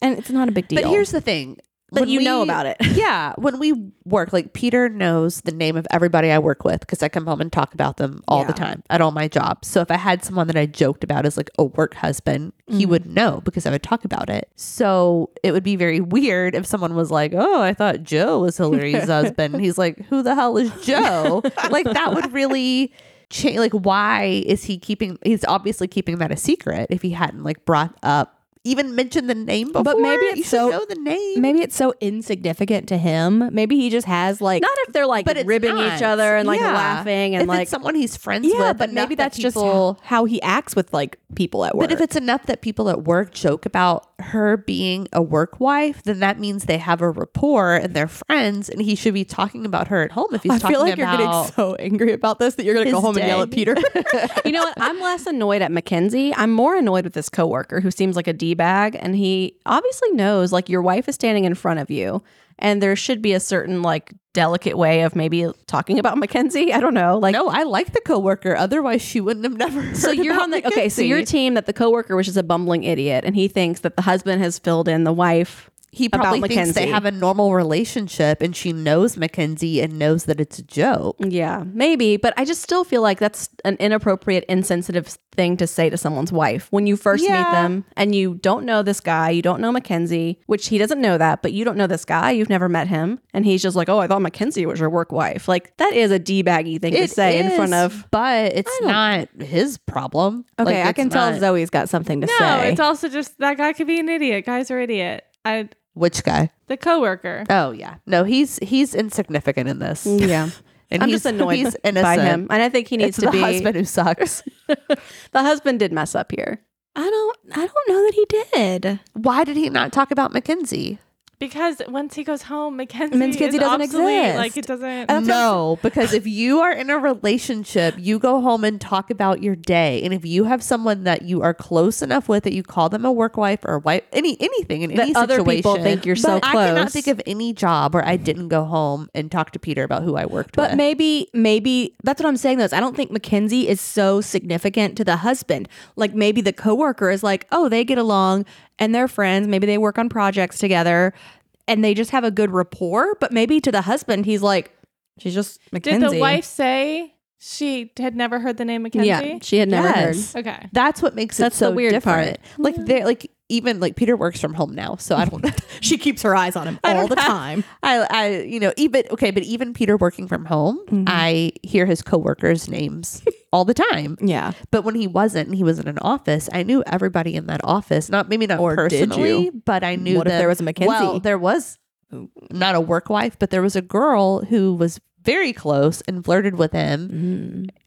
[SPEAKER 5] and it's not a big deal.
[SPEAKER 3] But here's the thing.
[SPEAKER 5] But
[SPEAKER 3] When
[SPEAKER 5] you know about it.
[SPEAKER 3] *laughs* yeah. When we work, like Peter knows the name of everybody I work with because I come home and talk about them all the time at all my jobs. So if I had someone that I joked about as like a work husband,
[SPEAKER 5] Mm.
[SPEAKER 3] he would know because I would talk about it. So it would be very weird if someone was like, oh, I thought Joe
[SPEAKER 5] *laughs*
[SPEAKER 3] was Hillary's husband. He's like, who the hell is Joe? like that would really. cha- Like, why is he keeping? He's obviously keeping that a secret. If he hadn't like brought up, even mentioned the name before,
[SPEAKER 5] But maybe it's
[SPEAKER 3] you should
[SPEAKER 5] so-
[SPEAKER 3] know the
[SPEAKER 5] *laughs*
[SPEAKER 3] name.
[SPEAKER 5] maybe it's so insignificant to him. Maybe he just has like
[SPEAKER 1] not if they're like
[SPEAKER 3] but it's
[SPEAKER 1] ribbing
[SPEAKER 3] not.
[SPEAKER 1] each other and like
[SPEAKER 3] Yeah.
[SPEAKER 1] laughing and
[SPEAKER 3] if
[SPEAKER 1] like
[SPEAKER 3] it's someone he's friends
[SPEAKER 5] yeah,
[SPEAKER 3] with.
[SPEAKER 5] but
[SPEAKER 3] enough
[SPEAKER 5] maybe
[SPEAKER 3] that
[SPEAKER 5] that's just
[SPEAKER 3] people-
[SPEAKER 5] how, how he acts with like people at work.
[SPEAKER 3] But if it's enough that people at work joke about her being a work wife, then that means they have a rapport and they're friends, and he should be talking about her at home if he's
[SPEAKER 5] I
[SPEAKER 3] talking
[SPEAKER 5] feel like you're
[SPEAKER 3] about.
[SPEAKER 5] getting so angry about this that you're gonna go
[SPEAKER 3] his
[SPEAKER 5] home and yell at
[SPEAKER 3] day.
[SPEAKER 5] Peter. *laughs*
[SPEAKER 1] you know what? I'm less annoyed at Mackenzie. I'm more annoyed with this coworker who seems like a d bag, and he obviously knows like your wife is standing in front of you, and there should be a certain like delicate way of maybe talking about Mackenzie. I don't know, like.
[SPEAKER 3] no, I like the coworker. Otherwise, she wouldn't have never.
[SPEAKER 1] So
[SPEAKER 3] heard
[SPEAKER 1] you're
[SPEAKER 3] about
[SPEAKER 1] on the okay. So your
[SPEAKER 3] Mackenzie.
[SPEAKER 1] team that the coworker was just a bumbling idiot, and he thinks that the husband has filled in the wife.
[SPEAKER 3] he probably
[SPEAKER 1] about
[SPEAKER 3] thinks they
[SPEAKER 1] Mackenzie.
[SPEAKER 3] have a normal relationship, and she knows Mackenzie and knows that it's a joke.
[SPEAKER 1] Yeah, maybe, but I just still feel like that's an inappropriate, insensitive thing to say to someone's wife when you first meet
[SPEAKER 3] Yeah.
[SPEAKER 1] them and you don't know this guy, you don't know Mackenzie, which he doesn't know that, but you don't know this guy, you've never met him, and he's just like, "Oh, I thought Mackenzie was your work wife." Like that is a d-baggy thing to
[SPEAKER 3] It
[SPEAKER 1] say in front
[SPEAKER 3] is,
[SPEAKER 1] of.
[SPEAKER 3] but it's not his problem.
[SPEAKER 5] okay,
[SPEAKER 3] Like,
[SPEAKER 5] I
[SPEAKER 3] it's
[SPEAKER 5] can tell
[SPEAKER 3] not-
[SPEAKER 5] Zoe's got something to
[SPEAKER 2] No,
[SPEAKER 5] say.
[SPEAKER 2] it's also just that guy could be an idiot. Guys are idiot. I
[SPEAKER 3] which guy.
[SPEAKER 2] the coworker.
[SPEAKER 3] Oh yeah, no, he's he's insignificant in this.
[SPEAKER 1] Yeah.
[SPEAKER 3] And
[SPEAKER 1] Mm. I'm
[SPEAKER 3] he's-
[SPEAKER 1] just annoyed
[SPEAKER 3] he's
[SPEAKER 1] by
[SPEAKER 3] innocent.
[SPEAKER 1] him, and I think he needs
[SPEAKER 3] it's
[SPEAKER 1] to
[SPEAKER 3] the
[SPEAKER 1] be.
[SPEAKER 3] husband who sucks.
[SPEAKER 1] *laughs* The husband did mess up here.
[SPEAKER 5] I don't I don't know that he did.
[SPEAKER 3] Why did he not talk about Mackenzie?
[SPEAKER 2] Because once he goes home, Mackenzie,
[SPEAKER 5] Mackenzie
[SPEAKER 2] is
[SPEAKER 5] doesn't
[SPEAKER 2] obsolete.
[SPEAKER 5] exist.
[SPEAKER 2] Like it doesn't.
[SPEAKER 1] *laughs*
[SPEAKER 3] No, because if you are in a relationship, you go home and talk about your day, and if you have someone that you are close enough with that you call them a work wife or wife, any anything in any
[SPEAKER 1] That other
[SPEAKER 3] situation,
[SPEAKER 1] people think you're so
[SPEAKER 3] But I cannot
[SPEAKER 1] close.
[SPEAKER 3] think of any job where I didn't go home and talk to Peter about who I worked
[SPEAKER 5] But
[SPEAKER 3] with.
[SPEAKER 5] maybe, maybe that's what I'm saying. Though is I don't think Mackenzie is so significant to the husband. Like maybe the coworker is like, oh, they get along and they're friends. Maybe they work on projects together, and they just have a good rapport. But maybe to the husband, he's like, she's just
[SPEAKER 2] Did
[SPEAKER 5] Mackenzie.
[SPEAKER 2] the wife say she had never heard the name Mackenzie?
[SPEAKER 1] Yeah, she had never
[SPEAKER 3] Yes.
[SPEAKER 1] heard.
[SPEAKER 2] Okay.
[SPEAKER 3] That's what makes
[SPEAKER 1] That's
[SPEAKER 3] it
[SPEAKER 1] the
[SPEAKER 3] so
[SPEAKER 1] weird Mm.
[SPEAKER 3] different. Like they like even like Peter works from home now, so I don't.
[SPEAKER 5] She keeps her eyes on him all the time.
[SPEAKER 3] I I you know even okay, but even Peter working from home,
[SPEAKER 5] Mm-hmm.
[SPEAKER 3] I hear his coworkers'
[SPEAKER 5] *laughs*
[SPEAKER 3] names all the time.
[SPEAKER 5] Yeah.
[SPEAKER 3] But when he wasn't, and he was in an office. I knew everybody in that office. Not maybe not
[SPEAKER 5] Or did
[SPEAKER 3] personally, but I knew
[SPEAKER 5] What if
[SPEAKER 3] them.
[SPEAKER 5] there was a Mackenzie?
[SPEAKER 3] Well, there was not a work wife, but there was a girl who was very close and flirted with him.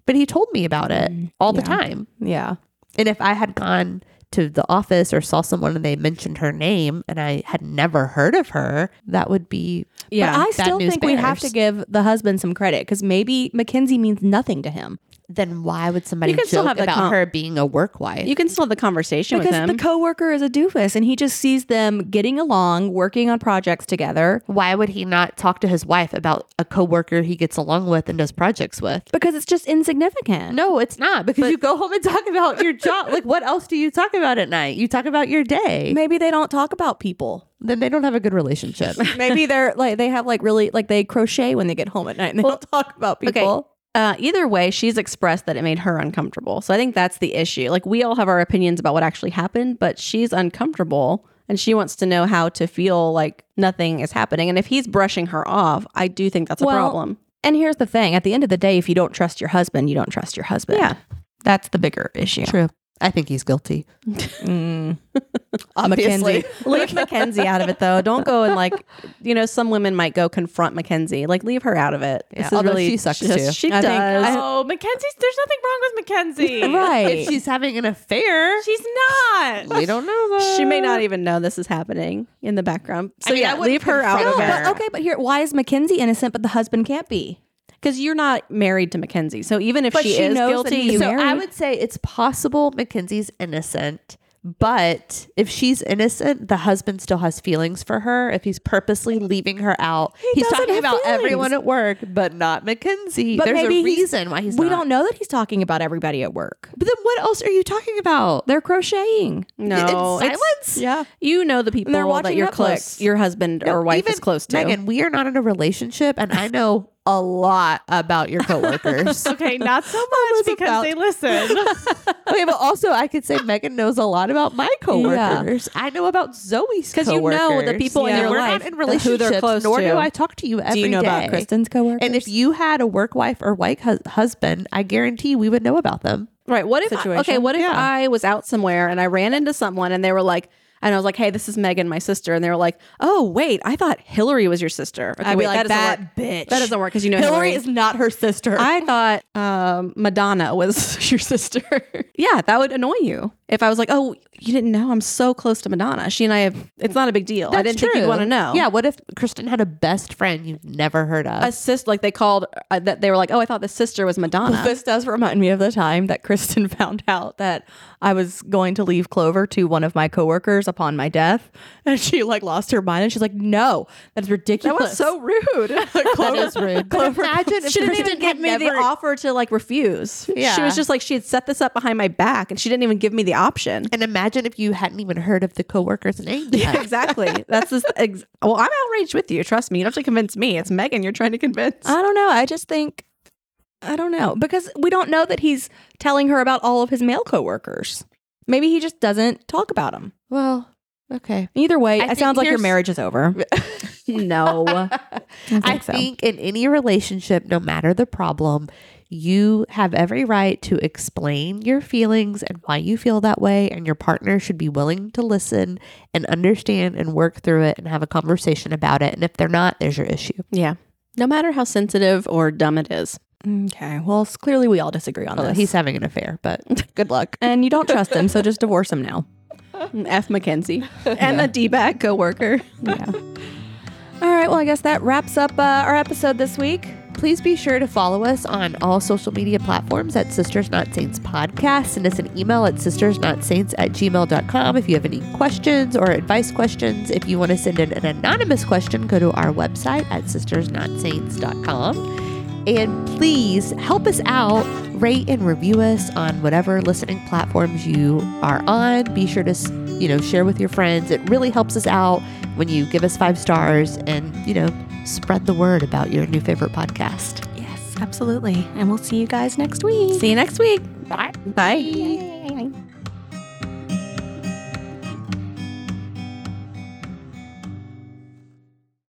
[SPEAKER 3] But he told me about it all the time.
[SPEAKER 5] Mm-hmm. Yeah.
[SPEAKER 3] And if I had gone to the office or saw someone and they mentioned her name and I had never heard of her, that would be
[SPEAKER 1] Yeah,
[SPEAKER 5] but I
[SPEAKER 3] bad
[SPEAKER 5] still
[SPEAKER 3] news
[SPEAKER 5] think we have to
[SPEAKER 3] bears.
[SPEAKER 5] give the husband some credit because maybe Mackenzie means nothing to him.
[SPEAKER 3] Then why would somebody
[SPEAKER 1] You can
[SPEAKER 3] joke
[SPEAKER 1] still have the
[SPEAKER 3] about
[SPEAKER 1] con-
[SPEAKER 3] her being a work
[SPEAKER 1] *laughs*
[SPEAKER 3] wife?
[SPEAKER 1] You can still have the conversation with
[SPEAKER 5] because
[SPEAKER 1] him.
[SPEAKER 5] the coworker is a doofus and he just sees them getting along, working on projects together
[SPEAKER 3] why would he not talk to his wife about a coworker he gets along with and does projects with?
[SPEAKER 5] because it's just insignificant.
[SPEAKER 3] No, it's not because you go home and talk about your job. like, what else do you talk about at night? You talk about your day.
[SPEAKER 5] *laughs* Maybe they don't talk about people.
[SPEAKER 3] Then they don't have a
[SPEAKER 1] *laughs*
[SPEAKER 3] good relationship. *laughs*
[SPEAKER 5] Maybe they're like they have like really like they crochet when they get home at night and they don't talk about people.
[SPEAKER 1] Uh, either way, she's expressed that it made her uncomfortable. So I think that's the issue. Like, we all have our opinions about what actually happened, but she's uncomfortable and she wants to know how to feel like nothing is happening. And if he's brushing her off, I do think that's a
[SPEAKER 5] Well,
[SPEAKER 1] problem.
[SPEAKER 5] And here's the thing at the end of the day, if you don't trust your husband, you don't trust your husband.
[SPEAKER 1] Yeah.
[SPEAKER 5] That's the bigger issue.
[SPEAKER 3] True. I think he's guilty.
[SPEAKER 5] Mm.
[SPEAKER 3] Obviously.
[SPEAKER 5] Mackenzie.
[SPEAKER 1] Leave Mackenzie out of it though. Don't go and like, you know, some women might go confront Mackenzie. Like, leave her out of it.
[SPEAKER 3] Yeah, although she sucks,
[SPEAKER 1] just-
[SPEAKER 3] too.
[SPEAKER 1] She
[SPEAKER 5] I think-
[SPEAKER 1] does.
[SPEAKER 2] oh, Mackenzie's. There's nothing wrong with Mackenzie.
[SPEAKER 5] Right.
[SPEAKER 3] If she's having an affair,
[SPEAKER 2] She's not.
[SPEAKER 3] we don't know. Though.
[SPEAKER 1] she may not even know this is happening in the background. So
[SPEAKER 3] mean, I
[SPEAKER 1] yeah,
[SPEAKER 3] wouldn't
[SPEAKER 1] leave her out
[SPEAKER 3] confront
[SPEAKER 1] of
[SPEAKER 5] No,
[SPEAKER 1] it.
[SPEAKER 5] but okay, but here, why is Mackenzie innocent, but the husband can't be?
[SPEAKER 1] because you're not married to Mackenzie. So even if
[SPEAKER 5] But
[SPEAKER 1] she,
[SPEAKER 5] she
[SPEAKER 1] is
[SPEAKER 5] knows that
[SPEAKER 1] guilty,
[SPEAKER 5] he's
[SPEAKER 1] you
[SPEAKER 5] be
[SPEAKER 3] so
[SPEAKER 1] marry-
[SPEAKER 3] I
[SPEAKER 5] married.
[SPEAKER 3] would say it's possible Mackenzie's innocent, but if she's innocent, the husband still has feelings for her. If he's purposely leaving her out, he's
[SPEAKER 5] doesn't
[SPEAKER 3] talking
[SPEAKER 5] have
[SPEAKER 3] about
[SPEAKER 5] feelings.
[SPEAKER 3] everyone at work, but not Mackenzie.
[SPEAKER 5] But
[SPEAKER 3] There's
[SPEAKER 5] maybe
[SPEAKER 3] a
[SPEAKER 5] he's-
[SPEAKER 3] reason why he's.
[SPEAKER 5] we
[SPEAKER 3] not.
[SPEAKER 5] don't know that he's talking about everybody at work.
[SPEAKER 3] But then what else are you talking about?
[SPEAKER 5] They're crocheting.
[SPEAKER 1] no
[SPEAKER 3] in
[SPEAKER 1] it's-
[SPEAKER 3] silence.
[SPEAKER 5] Yeah.
[SPEAKER 1] You know the people
[SPEAKER 5] they're
[SPEAKER 1] that
[SPEAKER 5] watching
[SPEAKER 1] you're
[SPEAKER 5] Netflix.
[SPEAKER 1] close, your husband or wife is close to.
[SPEAKER 3] Megan, we are not in a relationship, and I know a lot about your coworkers.
[SPEAKER 2] Okay, not so much because
[SPEAKER 3] about-
[SPEAKER 2] they listen.
[SPEAKER 3] okay, but also I could say Megan knows a lot about my coworkers. I know about Zoe's
[SPEAKER 1] Because
[SPEAKER 3] coworkers.
[SPEAKER 1] you know the people in
[SPEAKER 3] Yeah.
[SPEAKER 1] your
[SPEAKER 3] We're
[SPEAKER 1] life,
[SPEAKER 3] not in
[SPEAKER 1] who they're
[SPEAKER 3] relationships,
[SPEAKER 1] close
[SPEAKER 3] nor
[SPEAKER 1] to.
[SPEAKER 3] do I talk to you every day.
[SPEAKER 5] Do you know about Kristen's coworkers?
[SPEAKER 3] And if you had a work wife or white hus- husband, I guarantee we would know about them.
[SPEAKER 1] Right. What if
[SPEAKER 5] situation.
[SPEAKER 1] okay? What if
[SPEAKER 3] Yeah.
[SPEAKER 1] I was out somewhere and I ran into someone and they were like, and I was like, "Hey, this is Megan, my sister," and they were like, "Oh, wait, I thought Hillary was your sister." Okay,
[SPEAKER 5] I'd be
[SPEAKER 1] wait,
[SPEAKER 5] like,
[SPEAKER 1] doesn't
[SPEAKER 5] "That
[SPEAKER 1] work.
[SPEAKER 5] bitch."
[SPEAKER 1] That doesn't work because you know Hillary.
[SPEAKER 5] Hillary is not her sister.
[SPEAKER 1] I thought um, Madonna was *laughs* your sister. yeah, that would annoy you if I was like, "Oh, you didn't know? I'm so close to Madonna. She and I have. It's not a big deal. I
[SPEAKER 3] That's
[SPEAKER 1] didn't think you'd
[SPEAKER 3] true.
[SPEAKER 1] want to know."
[SPEAKER 3] Yeah. What if Kristen had a best friend you've never heard
[SPEAKER 1] *laughs*
[SPEAKER 3] of?
[SPEAKER 1] A sister, like they called uh, that. They were like, "Oh, I thought the sister was Madonna."
[SPEAKER 5] This does remind me of the time that Kristen *laughs* found out that I was going to leave Clover to one of my coworkers upon my death, and she like lost her mind, and she's like, "No, that's ridiculous." *laughs*
[SPEAKER 1] rude.
[SPEAKER 3] that is *laughs* rude. But imagine if
[SPEAKER 1] she didn't even
[SPEAKER 3] Kristen
[SPEAKER 1] give
[SPEAKER 3] had
[SPEAKER 1] me the
[SPEAKER 3] never-
[SPEAKER 1] offer to like refuse. She
[SPEAKER 3] Yeah.
[SPEAKER 1] was just like she had set this up behind my back and she didn't even give me the *laughs* option.
[SPEAKER 3] And imagine if you hadn't even heard of the coworker's name.
[SPEAKER 1] *laughs*
[SPEAKER 3] yet.
[SPEAKER 1] exactly. That's this ex- well, I'm outraged with you. Trust me. You don't have to convince me. It's Megan you're trying to convince.
[SPEAKER 5] I don't know. I just think I don't know because we don't know that he's telling her about all of his male coworkers. Maybe he just doesn't talk about them.
[SPEAKER 3] Well, okay.
[SPEAKER 5] Either way,
[SPEAKER 3] I
[SPEAKER 5] it
[SPEAKER 3] think
[SPEAKER 5] sounds like your
[SPEAKER 3] here's-
[SPEAKER 5] marriage is
[SPEAKER 3] *laughs*
[SPEAKER 5] over. *laughs*
[SPEAKER 1] no.
[SPEAKER 3] I
[SPEAKER 5] so.
[SPEAKER 3] think in any relationship, no matter the problem, you have every right to explain your feelings and why you feel that way. And your partner should be willing to listen and understand and work through it and have a conversation about it. And if they're not, there's your issue.
[SPEAKER 1] yeah. No matter how sensitive or dumb it is.
[SPEAKER 5] Okay. Well, s- clearly we all disagree on
[SPEAKER 3] Although
[SPEAKER 5] this.
[SPEAKER 3] he's having an affair, but good luck.
[SPEAKER 5] and you don't trust him, so just divorce him now.
[SPEAKER 1] F McKenzie *laughs* and the D-back coworker.
[SPEAKER 5] All right. Well, I guess that wraps up uh, our episode this week.
[SPEAKER 3] Please be sure to follow us on all social media platforms at Sisters Not Saints Podcast. Send us an email at sistersnotsaints at gmail.com if you have any questions or advice questions. If you want to send in an anonymous question, go to our website at sistersnotsaints.com. And please help us out. Rate and review us on whatever listening platforms you are on. Be sure to, s- you know, share with your friends. It really helps us out when you give us five stars and, you know, spread the word about your new favorite podcast.
[SPEAKER 5] Yes, absolutely. And we'll see you guys next week.
[SPEAKER 1] See you next week. Bye. Bye.
[SPEAKER 3] Yay.